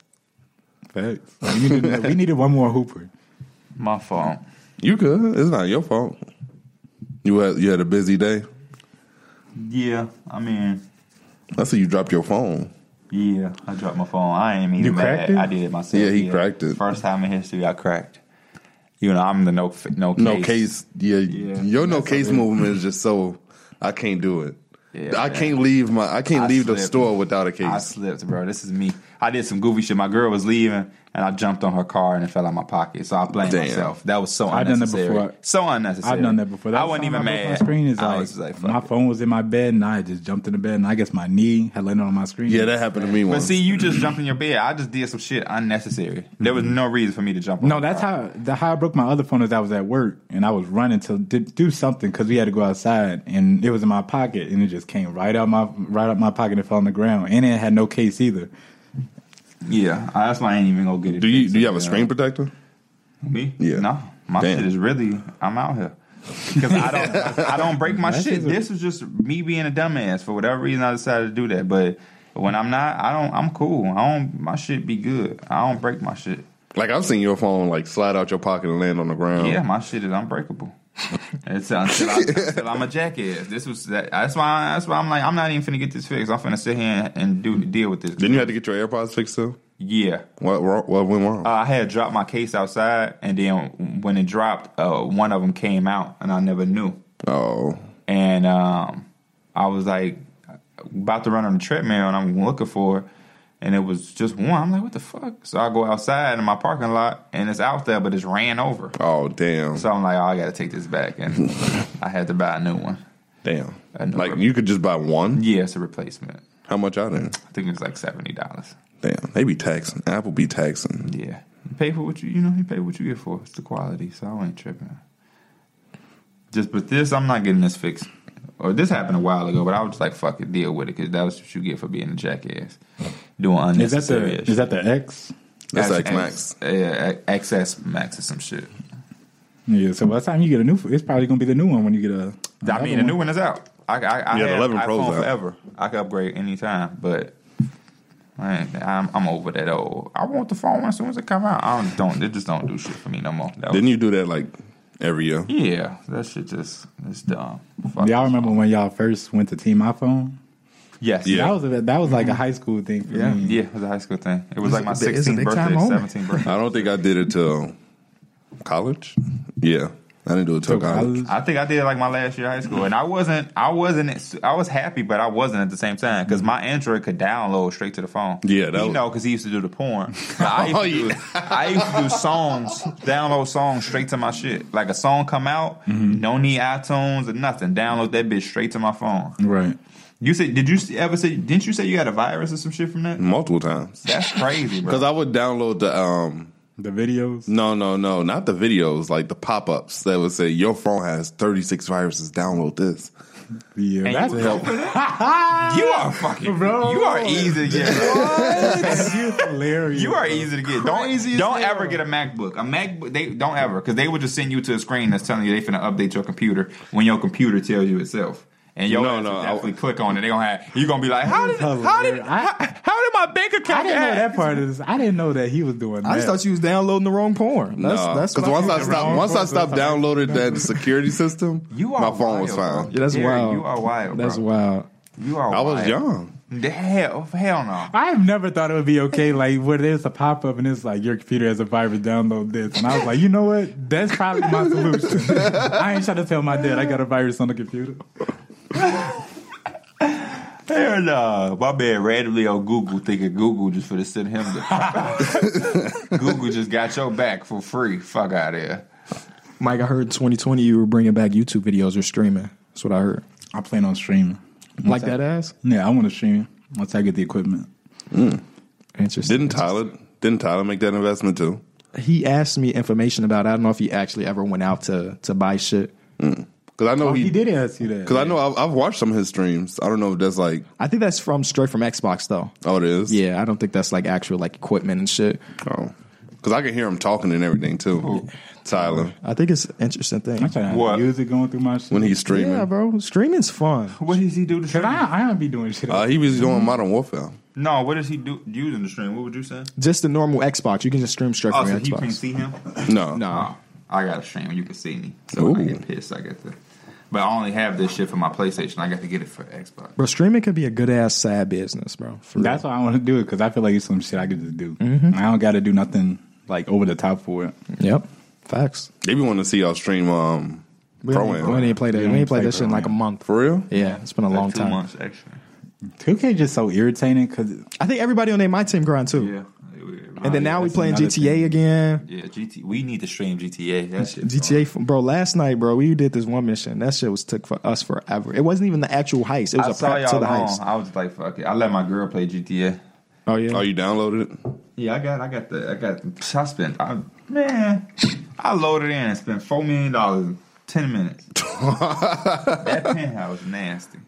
Speaker 3: Facts. We needed, we needed one more hooper.
Speaker 5: My fault.
Speaker 4: You could. It's not your fault. You had you had a busy day.
Speaker 5: Yeah, I mean,
Speaker 4: That's how you dropped your phone.
Speaker 5: yeah, I dropped my phone. I ain't even
Speaker 3: You
Speaker 5: mad.
Speaker 3: cracked it?
Speaker 5: I did it myself.
Speaker 4: Yeah, he cracked it.
Speaker 5: First time in history, I cracked. You know, I'm the no f- no case.
Speaker 4: No case. Yeah,
Speaker 5: Yeah.
Speaker 4: your no
Speaker 5: That's
Speaker 4: case
Speaker 5: what it is.
Speaker 4: movement is just so I can't do it.
Speaker 5: Yeah,
Speaker 4: I
Speaker 5: man.
Speaker 4: can't leave my I can't
Speaker 5: I
Speaker 4: leave the
Speaker 5: slipped.
Speaker 4: store without a case.
Speaker 5: I slipped, bro. This is me. I I did some goofy shit. My girl was leaving, and I jumped on her car and it fell out my pocket. So I blamed
Speaker 4: Damn.
Speaker 5: myself. That was so
Speaker 3: I've done that
Speaker 5: unnecessary.
Speaker 3: before.
Speaker 5: So unnecessary.
Speaker 3: I've done that before. That
Speaker 5: I wasn't
Speaker 3: time
Speaker 5: even
Speaker 3: I broke
Speaker 5: mad.
Speaker 3: My screen is
Speaker 5: I
Speaker 3: like,
Speaker 5: was like, fuck
Speaker 3: my
Speaker 5: it.
Speaker 3: phone was in my bed and I just jumped in the bed and I guess my knee had landed on my screen.
Speaker 4: Yeah, that happened to me
Speaker 5: But
Speaker 4: once.
Speaker 5: see, you just jumped in your bed. I just did some shit unnecessary. There
Speaker 4: Mm-hmm.
Speaker 5: was no reason for me to jump. on
Speaker 3: No,
Speaker 5: her
Speaker 3: that's
Speaker 5: car.
Speaker 3: how the how I broke my other phone is I was at work and I was running to d- do something because we had to go outside and it was in my pocket and it just came right out my right out my pocket and fell on the ground and it had no case either.
Speaker 5: Yeah, I- that's why I ain't even gonna get it.
Speaker 4: do you
Speaker 5: fixed,
Speaker 4: do you have a
Speaker 5: know.
Speaker 4: screen protector?
Speaker 5: Me?
Speaker 4: Yeah.
Speaker 5: No, my
Speaker 4: Damn.
Speaker 5: shit is really. I'm out here because I don't. I don't break my
Speaker 3: That's
Speaker 5: shit.
Speaker 3: just a-
Speaker 5: This is just me being a dumbass for whatever reason. I decided to do that, but when I'm not, I don't. I'm cool. I don't. My shit be good. I don't break my shit.
Speaker 4: Like I've seen your phone like slide out your pocket and land on the ground.
Speaker 5: Yeah, my shit is unbreakable. it's until, I, until I'm a jackass. This was that. That's why. That's why I'm like. I'm not even finna get this fixed. I'm finna sit here and, and do deal with this.
Speaker 4: Then you had to get your AirPods fixed too.
Speaker 5: Yeah.
Speaker 4: What wrong- what went wrong?
Speaker 5: Uh, I had dropped my case outside, and then when it dropped, uh, one of them came out, and I never knew.
Speaker 4: oh,
Speaker 5: and um, I was like about to run on the treadmill, and I'm looking for it, and it was just one. I'm like, what the fuck? So I go outside in my parking lot, and it's out there, but it's ran over.
Speaker 4: oh, damn,
Speaker 5: So I'm like, oh, I got to take this back, and I had to buy a new one.
Speaker 4: damn.
Speaker 5: I know.
Speaker 4: Like you could just buy one.
Speaker 5: Yeah, it's a replacement.
Speaker 4: How much out there?
Speaker 5: I think it was like seventy dollars.
Speaker 4: Damn, they be taxing. Apple be taxing.
Speaker 5: Yeah, you pay for what you you know. You pay what you get for. It's the quality, so I ain't tripping. Just but this, I'm not getting this fixed. Or this happened a while ago, but I was just like, "Fuck it, deal with it," because that was what you get for being a jackass, doing
Speaker 3: Is that
Speaker 5: unnecessary.
Speaker 3: the is that the X?
Speaker 4: That's
Speaker 5: X-
Speaker 4: X Max.
Speaker 5: Yeah, X- XS Max or some shit.
Speaker 3: Yeah. So by the time you get a new, it's probably gonna be the new one when you get a.
Speaker 5: I mean, the new one is out. I, I, I
Speaker 4: Yeah, the
Speaker 5: have
Speaker 4: 11 Pro's
Speaker 5: iPhone
Speaker 4: out.
Speaker 5: forever. I can upgrade anytime, but man, I'm, I'm over that old. I want the phone as soon as it come out. I don't, don't it just don't do shit for me no more. That was-
Speaker 4: Didn't you do that like every year?
Speaker 5: Yeah, that shit just it's dumb. Fuck.
Speaker 3: Y'all remember when y'all first went to Team iPhone?
Speaker 5: Yes.
Speaker 4: Yeah.
Speaker 3: That was a, that was like a high school thing for
Speaker 5: Mm-hmm. Yeah,
Speaker 3: me.
Speaker 5: yeah, it was a high school thing. It was like my
Speaker 1: It's a- it's a
Speaker 5: 16th
Speaker 1: big time
Speaker 5: birthday,
Speaker 1: moment.
Speaker 5: 17th birthday.
Speaker 4: I don't think I did it till college. Yeah, I didn't do it
Speaker 5: Oh,
Speaker 4: till
Speaker 3: So
Speaker 4: college.
Speaker 3: I-
Speaker 5: I think I did like my last year of high school, and I wasn't, I wasn't, I was happy, but I wasn't at the same time because my Android could download straight to the phone.
Speaker 4: Yeah, that
Speaker 5: you
Speaker 4: was-
Speaker 5: know, because he used to do the porn. But I, used
Speaker 4: Oh,
Speaker 5: to do, I used to do songs, download songs straight to my shit. Like a song come out,
Speaker 4: Mm-hmm.
Speaker 5: no need iTunes or nothing. Download that bitch straight to my phone.
Speaker 3: Right.
Speaker 5: You said, did you ever say? Didn't you say you had a virus or some shit from that?
Speaker 4: Multiple times.
Speaker 5: That's crazy, bro.
Speaker 4: Because I would download the um
Speaker 3: The videos.
Speaker 4: no no no not the videos like the pop ups that would say your phone has thirty six viruses. Download this.
Speaker 3: Yeah.
Speaker 5: And
Speaker 3: That's
Speaker 5: you-
Speaker 3: helpful.
Speaker 5: You are fucking.
Speaker 3: Bro.
Speaker 5: You are easy to get.
Speaker 3: you hilarious.
Speaker 5: you are easy to get.
Speaker 3: Crazy
Speaker 5: Don't
Speaker 3: as
Speaker 5: don't
Speaker 3: hell.
Speaker 5: ever get a MacBook. A MacBook. They don't ever because they will just send you to a screen that's telling you they finna update your computer when your computer tells you itself. And your
Speaker 4: No,
Speaker 5: ass
Speaker 4: no,
Speaker 5: will
Speaker 4: I-
Speaker 5: definitely click on it. They gonna have you gonna be like, how did
Speaker 3: That's
Speaker 5: how did
Speaker 3: hilarious. I-
Speaker 5: how, how did my bank account?
Speaker 3: I didn't know
Speaker 5: act?
Speaker 3: that part is. I didn't know that he was doing. That.
Speaker 1: I just thought you was downloading the wrong porn. That's
Speaker 4: Nah,
Speaker 1: that's what
Speaker 4: once I
Speaker 1: think.
Speaker 4: stopped once I
Speaker 3: That's
Speaker 4: stopped
Speaker 3: how-
Speaker 4: downloading that security system,
Speaker 5: You are
Speaker 4: my phone
Speaker 5: wild,
Speaker 4: was fine.
Speaker 5: bro.
Speaker 1: Yeah, that's
Speaker 5: Derek,
Speaker 1: wild.
Speaker 5: You are wild.
Speaker 1: That's
Speaker 5: bro.
Speaker 1: wild.
Speaker 5: You are.
Speaker 4: I
Speaker 5: wild.
Speaker 4: was young.
Speaker 5: The Hell, hell no.
Speaker 3: I've never thought it would be okay, like where there's a pop up and it's like your computer has a virus, download this, and I was like, you know what? That's probably my solution. I ain't trying to tell my dad I got a virus on the computer.
Speaker 5: Hell no. My man randomly on Google thinking Google just for to send him the Google just got your back for free. Fuck out of here.
Speaker 1: Mike, I heard 2020 you were bringing back YouTube videos or streaming. That's what I heard.
Speaker 3: I plan on streaming.
Speaker 1: Like that ass?
Speaker 3: Yeah, I want to stream once I get the equipment.
Speaker 1: Interesting.
Speaker 4: Didn't Tyler didn't Tyler make that investment too?
Speaker 1: He asked me information about. it. I don't know if he actually ever went out to to buy shit.
Speaker 4: Because I know
Speaker 3: Oh,
Speaker 4: he
Speaker 3: he did ask you that.
Speaker 4: Because I know I've, I've watched some of his streams. I don't know if that's like
Speaker 1: I think that's from straight from Xbox though.
Speaker 4: oh it is
Speaker 1: Yeah, I don't think that's like actual like equipment and shit.
Speaker 4: Because I can hear him talking and everything too. Tyler
Speaker 1: I think it's an interesting thing.
Speaker 3: I'm trying to have
Speaker 5: What?
Speaker 3: music going through my shit.
Speaker 4: when he's streaming,
Speaker 1: Yeah, bro, streaming's fun.
Speaker 5: What does he do to
Speaker 3: Cause I, I don't be doing shit.
Speaker 4: uh, he was doing Modern Warfare.
Speaker 5: No, what does he do using the stream? What would you say?
Speaker 1: Just the normal Xbox. You can just stream straight
Speaker 5: Oh,
Speaker 1: from
Speaker 5: so
Speaker 1: your
Speaker 5: you can't
Speaker 1: Xbox.
Speaker 5: see him?
Speaker 4: No,
Speaker 1: Nah.
Speaker 5: Oh, I got a stream and you can see me. So when I
Speaker 4: Ooh.
Speaker 5: get pissed, I get the but I only have this shit for my PlayStation. I got to get it for Xbox.
Speaker 1: Bro, streaming could be a good ass sad business, bro. For
Speaker 3: That's why I want to do it because I feel like it's some shit I could just do. I don't got to do nothing like over the top for it.
Speaker 1: real. Yep. Facts.
Speaker 4: they be wanting to see y'all stream um
Speaker 1: We
Speaker 4: pro
Speaker 1: ain't, we ain't played that.
Speaker 3: Yeah,
Speaker 1: we ain't played
Speaker 3: play
Speaker 1: that shit in like a month.
Speaker 4: for real.
Speaker 1: Yeah, it's been a
Speaker 5: Like
Speaker 1: long
Speaker 5: two
Speaker 1: time.
Speaker 5: months actually.
Speaker 3: Two K just so irritating because
Speaker 1: I think everybody on their my team grind too.
Speaker 5: Yeah.
Speaker 1: And then now we
Speaker 3: that's
Speaker 1: playing
Speaker 3: another
Speaker 1: GTA again.
Speaker 5: Yeah, GT. We need to stream GTA. That shit.
Speaker 1: GTA, f- bro. Last night, bro, we did this one mission. That shit was took for us forever. It wasn't even the actual heist. It was
Speaker 5: I
Speaker 1: a
Speaker 5: saw
Speaker 1: prep to
Speaker 5: y'all
Speaker 1: the
Speaker 5: on.
Speaker 1: heist.
Speaker 5: I was like, fuck it. I let my girl play GTA.
Speaker 1: Oh yeah.
Speaker 4: Oh, you downloaded it?
Speaker 5: Yeah, I got, I got the, I got. I spent, I, man, I loaded in and spent four million dollars in ten minutes. that penthouse nasty.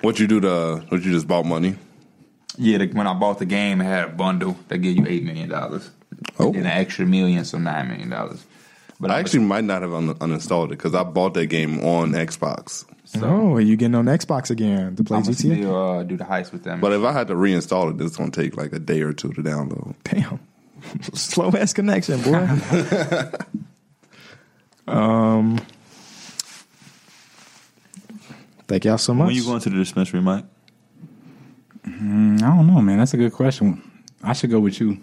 Speaker 4: What you do to? What you just bought money?
Speaker 5: Yeah, the, when I bought the game, it had a bundle that gave you eight million dollars,
Speaker 4: Oh.
Speaker 5: and an extra million, so nine million dollars. But
Speaker 4: I
Speaker 5: I'm-
Speaker 4: actually might not have un- uninstalled it because I bought that game on Xbox.
Speaker 5: so,
Speaker 1: Oh, you getting on Xbox again to play
Speaker 5: I'm gonna
Speaker 1: GTA?
Speaker 5: still uh, do the heist with them.
Speaker 4: But if I had to reinstall it, it's gonna take like a day or two to download.
Speaker 1: Damn. Slow ass connection, boy. um Thank y'all
Speaker 4: uh,
Speaker 1: so much.
Speaker 5: to the dispensary, Mike?
Speaker 3: I don't know, man. That's a good question. I should go with you.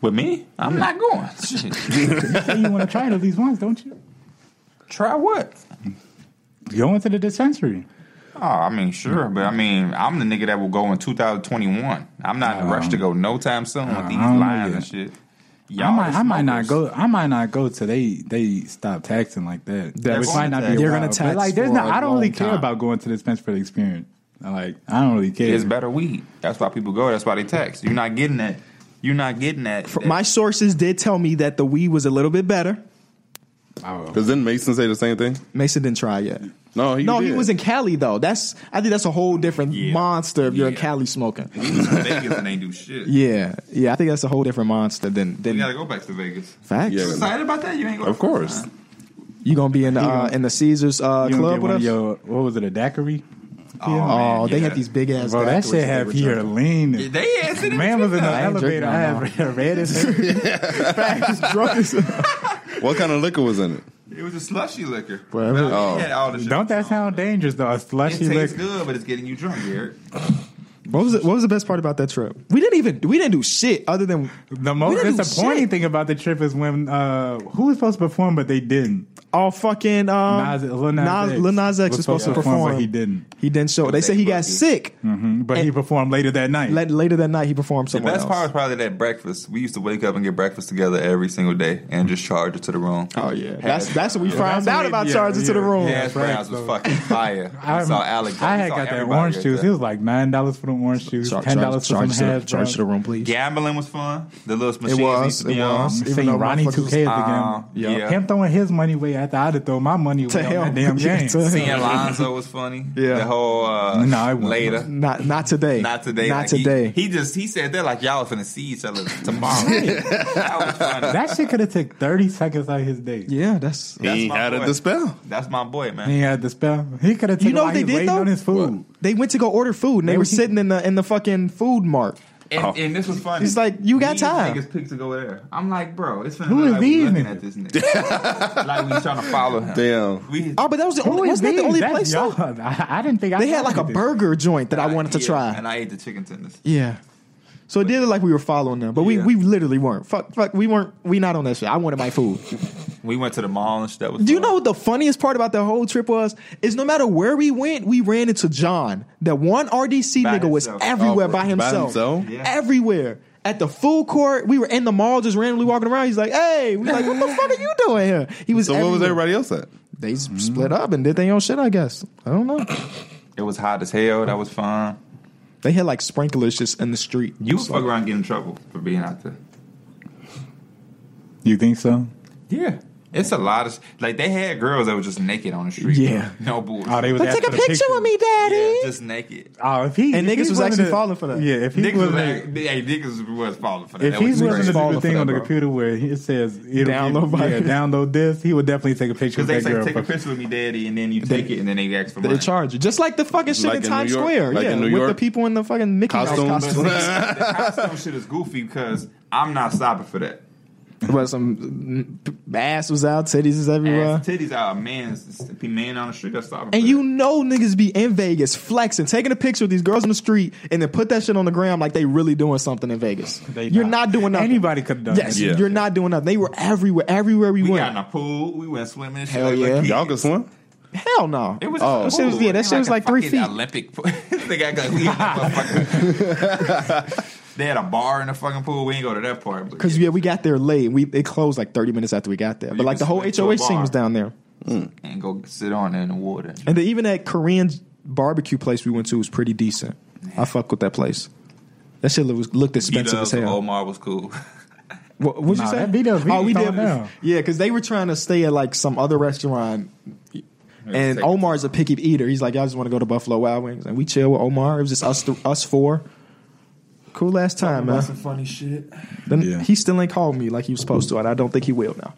Speaker 5: With me? I'm not going. Shit.
Speaker 3: Say you want to try it at least once, don't you?
Speaker 5: Try what?
Speaker 3: Go into the dispensary.
Speaker 5: Oh, I mean, sure, but I mean, I'm the nigga that will go in 2021. I'm not in a rush to go no time soon with
Speaker 3: Um, I
Speaker 5: these
Speaker 3: don't know
Speaker 5: lines
Speaker 3: yet.
Speaker 5: and shit.
Speaker 3: I
Speaker 5: Y'all
Speaker 3: might, I might not
Speaker 5: smokers.
Speaker 3: go. I might not go till they they stop taxing like that.
Speaker 1: They're
Speaker 3: Which
Speaker 5: gonna
Speaker 3: might not be. a
Speaker 5: tax. They're
Speaker 3: while,
Speaker 1: gonna
Speaker 3: but,
Speaker 1: tax
Speaker 3: Like, there's
Speaker 1: for
Speaker 3: not.
Speaker 1: a
Speaker 3: I don't really
Speaker 1: long
Speaker 3: care
Speaker 1: time.
Speaker 3: about going to the dispense for the experience. Like, I don't really care.
Speaker 5: It's better weed. That's why people go. That's why they text. You're not getting that. You're not getting that.
Speaker 1: Fr-
Speaker 5: that-
Speaker 1: My sources did tell me that the weed was a little bit better.
Speaker 3: Oh.
Speaker 4: Because then Mason say the same thing.
Speaker 1: Mason didn't try yet.
Speaker 4: No, he
Speaker 1: no,
Speaker 4: did.
Speaker 1: he was in Cali though. That's I think that's a whole different
Speaker 5: Yeah.
Speaker 1: monster if you're in
Speaker 5: Yeah.
Speaker 1: Cali smoking.
Speaker 5: Vegas and they do shit.
Speaker 1: Yeah, yeah, I think that's a whole different monster than
Speaker 5: You
Speaker 1: than
Speaker 5: gotta go back to Vegas.
Speaker 1: facts.
Speaker 4: Yeah.
Speaker 5: Excited about that? You ain't going.
Speaker 4: Of course.
Speaker 1: You gonna be in the, uh, in the Caesars uh,
Speaker 3: You don't
Speaker 1: club
Speaker 3: get
Speaker 1: with
Speaker 3: one
Speaker 1: us?
Speaker 3: of your what was it a daiquiri?
Speaker 5: Oh,
Speaker 1: oh,
Speaker 5: man,
Speaker 1: they
Speaker 5: yeah.
Speaker 1: had these big ass.
Speaker 3: Bro, that
Speaker 1: daiquiris
Speaker 3: shit
Speaker 1: they
Speaker 3: have
Speaker 1: were
Speaker 3: here
Speaker 1: drinking.
Speaker 3: lean.
Speaker 5: Yeah, They had it.
Speaker 3: Man was in the
Speaker 1: I ain't drinking
Speaker 3: elevator. I have red as hell.
Speaker 1: Facts, drunk as-
Speaker 4: What kind of liquor was in it?
Speaker 5: It was a slushy liquor.
Speaker 1: Well,
Speaker 5: But I mean,
Speaker 4: oh.
Speaker 5: they had all the shit.
Speaker 3: Don't that sound dangerous though? A
Speaker 5: It
Speaker 3: slushy
Speaker 5: tastes
Speaker 3: liquor.
Speaker 5: good, but it's getting you drunk, Eric.
Speaker 1: What was it, what was the best part about that trip? We didn't even we didn't do shit other than
Speaker 3: The
Speaker 1: We
Speaker 3: most
Speaker 1: didn't do
Speaker 3: disappointing
Speaker 1: shit.
Speaker 3: thing about the trip is when uh who was supposed to perform but they didn't.
Speaker 1: all fucking um,
Speaker 3: Nas, Lil Nas,
Speaker 1: Nas- Lil Nas X was supposed to perform.
Speaker 3: but he didn't. Mm-hmm.
Speaker 1: He didn't show. They
Speaker 5: They
Speaker 1: said he got
Speaker 5: booked it.
Speaker 1: sick.
Speaker 3: But he performed later that night.
Speaker 1: Let- Later that night, he performed
Speaker 5: The
Speaker 1: somewhere
Speaker 5: best
Speaker 1: else.
Speaker 5: part was probably that breakfast. We used to wake up and get breakfast together every single day and just charge it to the room.
Speaker 1: oh yeah, that's that's what we
Speaker 3: that's
Speaker 1: found
Speaker 3: what
Speaker 1: out
Speaker 3: we-
Speaker 1: about
Speaker 3: yeah,
Speaker 1: charging to the
Speaker 3: yeah.
Speaker 1: room.
Speaker 5: Yeah, Hash browns was fucking fire. I
Speaker 3: I'm-
Speaker 5: saw Alec.
Speaker 3: I
Speaker 5: we
Speaker 3: had
Speaker 5: saw
Speaker 3: got that
Speaker 5: everybody
Speaker 3: orange
Speaker 5: at
Speaker 3: juice.
Speaker 5: that.
Speaker 3: It was like nine dollars for the orange juice,
Speaker 1: Char-
Speaker 3: ten dollars for some
Speaker 1: charge,
Speaker 3: hash
Speaker 1: to, charge to the
Speaker 3: brown.
Speaker 1: room, please.
Speaker 5: Gambling was fun. The little machines
Speaker 1: It
Speaker 5: used
Speaker 1: was.
Speaker 5: to be
Speaker 1: It
Speaker 5: on.
Speaker 1: was.
Speaker 3: I'm
Speaker 1: Even
Speaker 3: seeing
Speaker 1: though
Speaker 3: Ronnie
Speaker 1: motherfuckers
Speaker 3: two K is the
Speaker 5: Uh,
Speaker 3: game.
Speaker 5: yeah.
Speaker 3: Him throwing his money away after I had to throw my money away
Speaker 1: To
Speaker 3: on
Speaker 1: hell.
Speaker 3: that damn
Speaker 1: Yeah,
Speaker 3: game.
Speaker 1: to hell.
Speaker 5: Seeing Lonzo was funny.
Speaker 1: Yeah.
Speaker 5: The whole uh,
Speaker 3: No, I wouldn't.
Speaker 5: later.
Speaker 1: Not not today.
Speaker 5: Not today.
Speaker 1: Not
Speaker 5: Like, he-
Speaker 1: today.
Speaker 5: He, just he said that like y'all was finna see each other tomorrow. that was funny.
Speaker 3: That shit could have took thirty seconds out of his day.
Speaker 1: yeah, that's.
Speaker 4: He
Speaker 5: That's
Speaker 4: ain't
Speaker 5: my
Speaker 4: had
Speaker 5: boy.
Speaker 4: a dispel.
Speaker 5: That's my boy, man.
Speaker 3: He had the spell. He could have taken
Speaker 1: You know
Speaker 3: while
Speaker 1: what they
Speaker 3: he was
Speaker 1: did
Speaker 3: waiting
Speaker 1: though?
Speaker 3: on his food.
Speaker 1: They went to go order food and they,
Speaker 3: They
Speaker 1: were
Speaker 3: were-
Speaker 1: sitting in the in the fucking food mart.
Speaker 5: And,
Speaker 4: Oh.
Speaker 5: and this was funny.
Speaker 1: He's like, you got
Speaker 5: These
Speaker 1: time.
Speaker 5: Niggas picked to go there. I'm like, bro, it's finna
Speaker 3: Who
Speaker 5: look
Speaker 3: is
Speaker 5: like we
Speaker 3: these
Speaker 5: looking
Speaker 3: niggas?
Speaker 5: at this nigga. like we trying to follow him.
Speaker 4: Damn.
Speaker 5: We,
Speaker 1: Oh, but that was the
Speaker 3: Who
Speaker 1: only.
Speaker 3: is
Speaker 1: Wasn't that the
Speaker 3: these?
Speaker 1: only
Speaker 3: That's
Speaker 1: place?
Speaker 3: y'all.
Speaker 1: Though?
Speaker 3: I, I didn't think I
Speaker 1: They had like a
Speaker 3: wanted it.
Speaker 1: burger joint that I wanted to
Speaker 5: yeah,
Speaker 1: try.
Speaker 5: and I ate the chicken tenders.
Speaker 1: Yeah. So it did look like we were following them, but we,
Speaker 5: Yeah.
Speaker 1: we literally weren't. Fuck, fuck, we weren't. We not on that shit. I wanted my food.
Speaker 5: We went to the mall and shit. That was
Speaker 1: Do you
Speaker 5: fun.
Speaker 1: know what the funniest part about the whole trip was? Is no matter where we went, we ran into John. That one RDC
Speaker 5: By
Speaker 1: nigga was
Speaker 5: himself.
Speaker 1: everywhere
Speaker 4: Oh,
Speaker 1: by
Speaker 4: by
Speaker 1: himself.
Speaker 4: himself?
Speaker 5: Yeah.
Speaker 1: Everywhere. At the food court, we were in the mall just randomly walking around. He's like, "Hey," we like, "What the fuck are you doing here?" He was.
Speaker 4: So what was
Speaker 1: everywhere.
Speaker 4: everybody else at?
Speaker 1: They s- split up and did their own shit. I guess I don't know.
Speaker 5: It was hot as hell. That was fun.
Speaker 1: They had like sprinklers just in the street.
Speaker 5: You
Speaker 1: So-
Speaker 5: fuck around and get in trouble for being out there.
Speaker 3: You think so?
Speaker 5: Yeah. It's a lot of sh- like they had girls that were just naked on the street.
Speaker 1: Yeah.
Speaker 5: no bullshit.
Speaker 3: Oh, they was
Speaker 1: But take
Speaker 3: asking
Speaker 1: a
Speaker 3: for
Speaker 1: picture, of me, daddy.
Speaker 5: yeah, just naked.
Speaker 3: Oh, if he
Speaker 1: And
Speaker 3: if
Speaker 1: niggas
Speaker 3: he's
Speaker 1: was
Speaker 3: willing
Speaker 1: actually
Speaker 3: to-
Speaker 1: falling for that.
Speaker 3: Yeah, if he
Speaker 5: Niggas was
Speaker 3: was
Speaker 5: like, hey, niggas was falling for that.
Speaker 3: if
Speaker 5: that
Speaker 3: he's
Speaker 5: was
Speaker 3: willing to
Speaker 5: crazy.
Speaker 3: do
Speaker 1: Falling
Speaker 3: the
Speaker 1: for
Speaker 3: thing
Speaker 1: that,
Speaker 3: on the
Speaker 1: bro.
Speaker 3: computer where it says it'll be-
Speaker 1: Download my-
Speaker 3: yeah, download this, he would definitely take a
Speaker 5: Because
Speaker 3: picture. of
Speaker 5: they
Speaker 3: that
Speaker 5: say
Speaker 3: girl.
Speaker 5: take a picture with me, daddy, and then you take it, and then they ask for
Speaker 1: They
Speaker 5: money.
Speaker 1: charge you. Just like the fucking shit
Speaker 4: Like
Speaker 1: in
Speaker 4: in
Speaker 1: Times
Speaker 4: New York-
Speaker 1: Square.
Speaker 4: like
Speaker 1: yeah,
Speaker 4: in New
Speaker 1: with the
Speaker 4: York?
Speaker 1: people in the fucking Mickey Mouse
Speaker 4: Costumes?
Speaker 1: costumes.
Speaker 5: the costume shit is goofy because I'm not stopping for that.
Speaker 1: but some mm, ass was out, titties is everywhere.
Speaker 5: Ass, titties out, man, man on the street. That's stopping.
Speaker 1: And
Speaker 5: for
Speaker 1: you know niggas be in Vegas flexing, taking a picture of these girls in the street, and then put that shit on the ground like they really doing something in Vegas.
Speaker 3: They
Speaker 1: You're not doing nothing.
Speaker 3: Anybody could have done
Speaker 1: Yes,
Speaker 3: that.
Speaker 4: Yeah.
Speaker 1: you're not doing nothing. They were everywhere, everywhere we,
Speaker 5: that. we
Speaker 1: went.
Speaker 5: got in a pool. We went swimming. And shit.
Speaker 1: Hell
Speaker 5: Like,
Speaker 1: yeah.
Speaker 5: look,
Speaker 4: Y'all can swim?
Speaker 1: Hell no.
Speaker 5: It was.
Speaker 4: Oh.
Speaker 1: That shit was- yeah, that shit was
Speaker 5: a
Speaker 1: like three
Speaker 5: fucking
Speaker 1: feet.
Speaker 5: Olympic. pool. they got like, we ain't that motherfucker. They had a bar in the fucking pool. We ain't go to that part. but
Speaker 1: Because yeah, we got there late. We it closed like thirty minutes after we got there. But
Speaker 5: You
Speaker 1: like
Speaker 5: can
Speaker 1: the whole
Speaker 5: swim to
Speaker 1: HOH
Speaker 5: a
Speaker 1: scene
Speaker 5: bar.
Speaker 1: was down there,
Speaker 5: and go sit on it in the water.
Speaker 1: and then even that Korean barbecue place we went to was pretty decent. I fuck with that place. That shit was, looked expensive as
Speaker 5: Beat up,
Speaker 1: hell.
Speaker 5: Omar was cool.
Speaker 1: What would you
Speaker 3: Nah,
Speaker 1: say?
Speaker 3: that beat up- beat
Speaker 1: oh, we
Speaker 3: up
Speaker 1: did.
Speaker 3: down.
Speaker 1: Yeah, because they were trying to stay at like some other restaurant. And
Speaker 5: take-
Speaker 1: Omar's a picky eater. He's like, I just want to go to Buffalo Wild Wings, and we chill with Omar. It was just us, th- us four. Cool last time, man.
Speaker 2: funny shit.
Speaker 1: Then
Speaker 3: Yeah.
Speaker 1: he still ain't called me like he was supposed to, and I don't think he will now.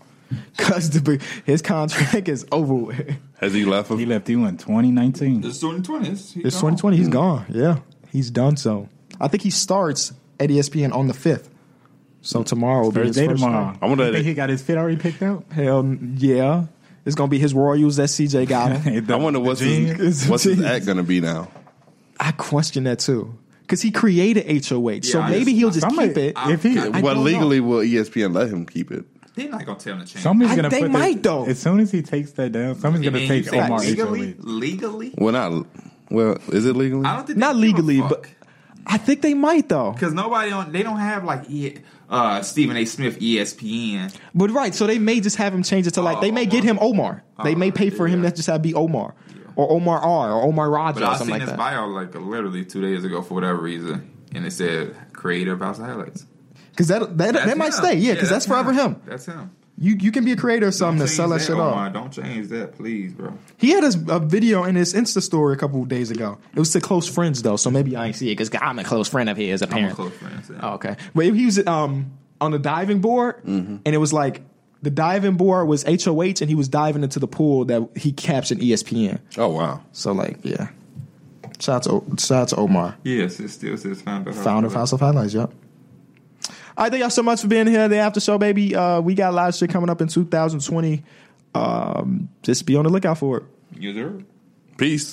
Speaker 1: Cause the, big- his contract is over. With.
Speaker 4: Has he left
Speaker 3: He
Speaker 4: him?
Speaker 3: left you in 2019.
Speaker 5: It's 2020. It's
Speaker 1: It's 2020. He's gone. Yeah, he's done. So I think he starts at E ESPN on the fifth. So tomorrow will be his
Speaker 3: Thursday
Speaker 1: first
Speaker 3: tomorrow.
Speaker 1: night.
Speaker 4: I wonder
Speaker 3: You
Speaker 4: if
Speaker 3: think
Speaker 4: they-
Speaker 3: he got his fit already picked out.
Speaker 1: Hell n- yeah, it's gonna be his Royals that CJ got him.
Speaker 4: I wonder what's his,
Speaker 1: It's
Speaker 4: what's his
Speaker 1: genius.
Speaker 4: act going to be now.
Speaker 1: I question that too. Because he created HOH. so
Speaker 5: Yeah, I
Speaker 1: maybe
Speaker 5: just-
Speaker 1: he'll just
Speaker 3: Somebody-
Speaker 1: keep it.
Speaker 3: If he,
Speaker 1: I
Speaker 4: Well,
Speaker 1: don't
Speaker 4: legally, will E ESPN let him keep it?
Speaker 5: They're not gonna tell him to change.
Speaker 3: somebody's
Speaker 1: I-
Speaker 3: gonna
Speaker 1: they
Speaker 3: put
Speaker 1: might,
Speaker 3: this,
Speaker 1: though.
Speaker 3: As soon as he takes that down, somebody's
Speaker 5: You
Speaker 3: gonna
Speaker 5: mean
Speaker 3: take
Speaker 5: you say
Speaker 3: Omar
Speaker 5: legally.
Speaker 3: legally.
Speaker 5: Legally,
Speaker 4: Well, not. Well, is it legally?
Speaker 5: I don't think
Speaker 1: Not
Speaker 5: they give a
Speaker 1: legally,
Speaker 5: fuck.
Speaker 1: but I think they might though.
Speaker 5: Because nobody on they don't have like E- uh, Stephen A. Smith ESPN.
Speaker 1: But right, so they may just have him change it to like they may get him Omar. They may pay for him.
Speaker 5: Oh. yeah.
Speaker 1: That's just have be Omar or Omar R or Omar Rogers
Speaker 5: But
Speaker 1: or
Speaker 5: I
Speaker 1: something
Speaker 5: seen
Speaker 1: like
Speaker 5: this
Speaker 1: that.
Speaker 5: bio like literally two days ago for whatever reason, and it said creative house highlights.
Speaker 1: Because that that,
Speaker 5: That's
Speaker 1: that might
Speaker 5: him.
Speaker 1: stay. Yeah, because that's, forever him.
Speaker 5: That's him.
Speaker 1: You you can be a creator or something to
Speaker 5: Change
Speaker 1: sell that shit off.
Speaker 5: Omar. Don't change that, please, bro.
Speaker 1: He had his, a video in his Insta story a couple of days ago. It was to close friends though, so maybe I ain't see it because I'm a close friend of his.
Speaker 5: I'm
Speaker 1: Apparently,
Speaker 5: a close friend. so-
Speaker 1: Oh, okay. But he was um, on the diving board,
Speaker 5: Mm-hmm.
Speaker 1: and it was like the diving board was HOH, and he was diving into the pool that he E captioned ESPN.
Speaker 4: oh wow!
Speaker 1: So, like, yeah. Shout out to, shout out to Omar.
Speaker 5: Yes, it still says founder. House
Speaker 1: Founder of
Speaker 5: Highlights.
Speaker 1: House of Highlights, yep. All right, thank y'all so much for being here. The after show, baby. Uh, we got a lot of shit coming up in 2020. Um, just be on the lookout for it.
Speaker 5: User.
Speaker 4: Peace.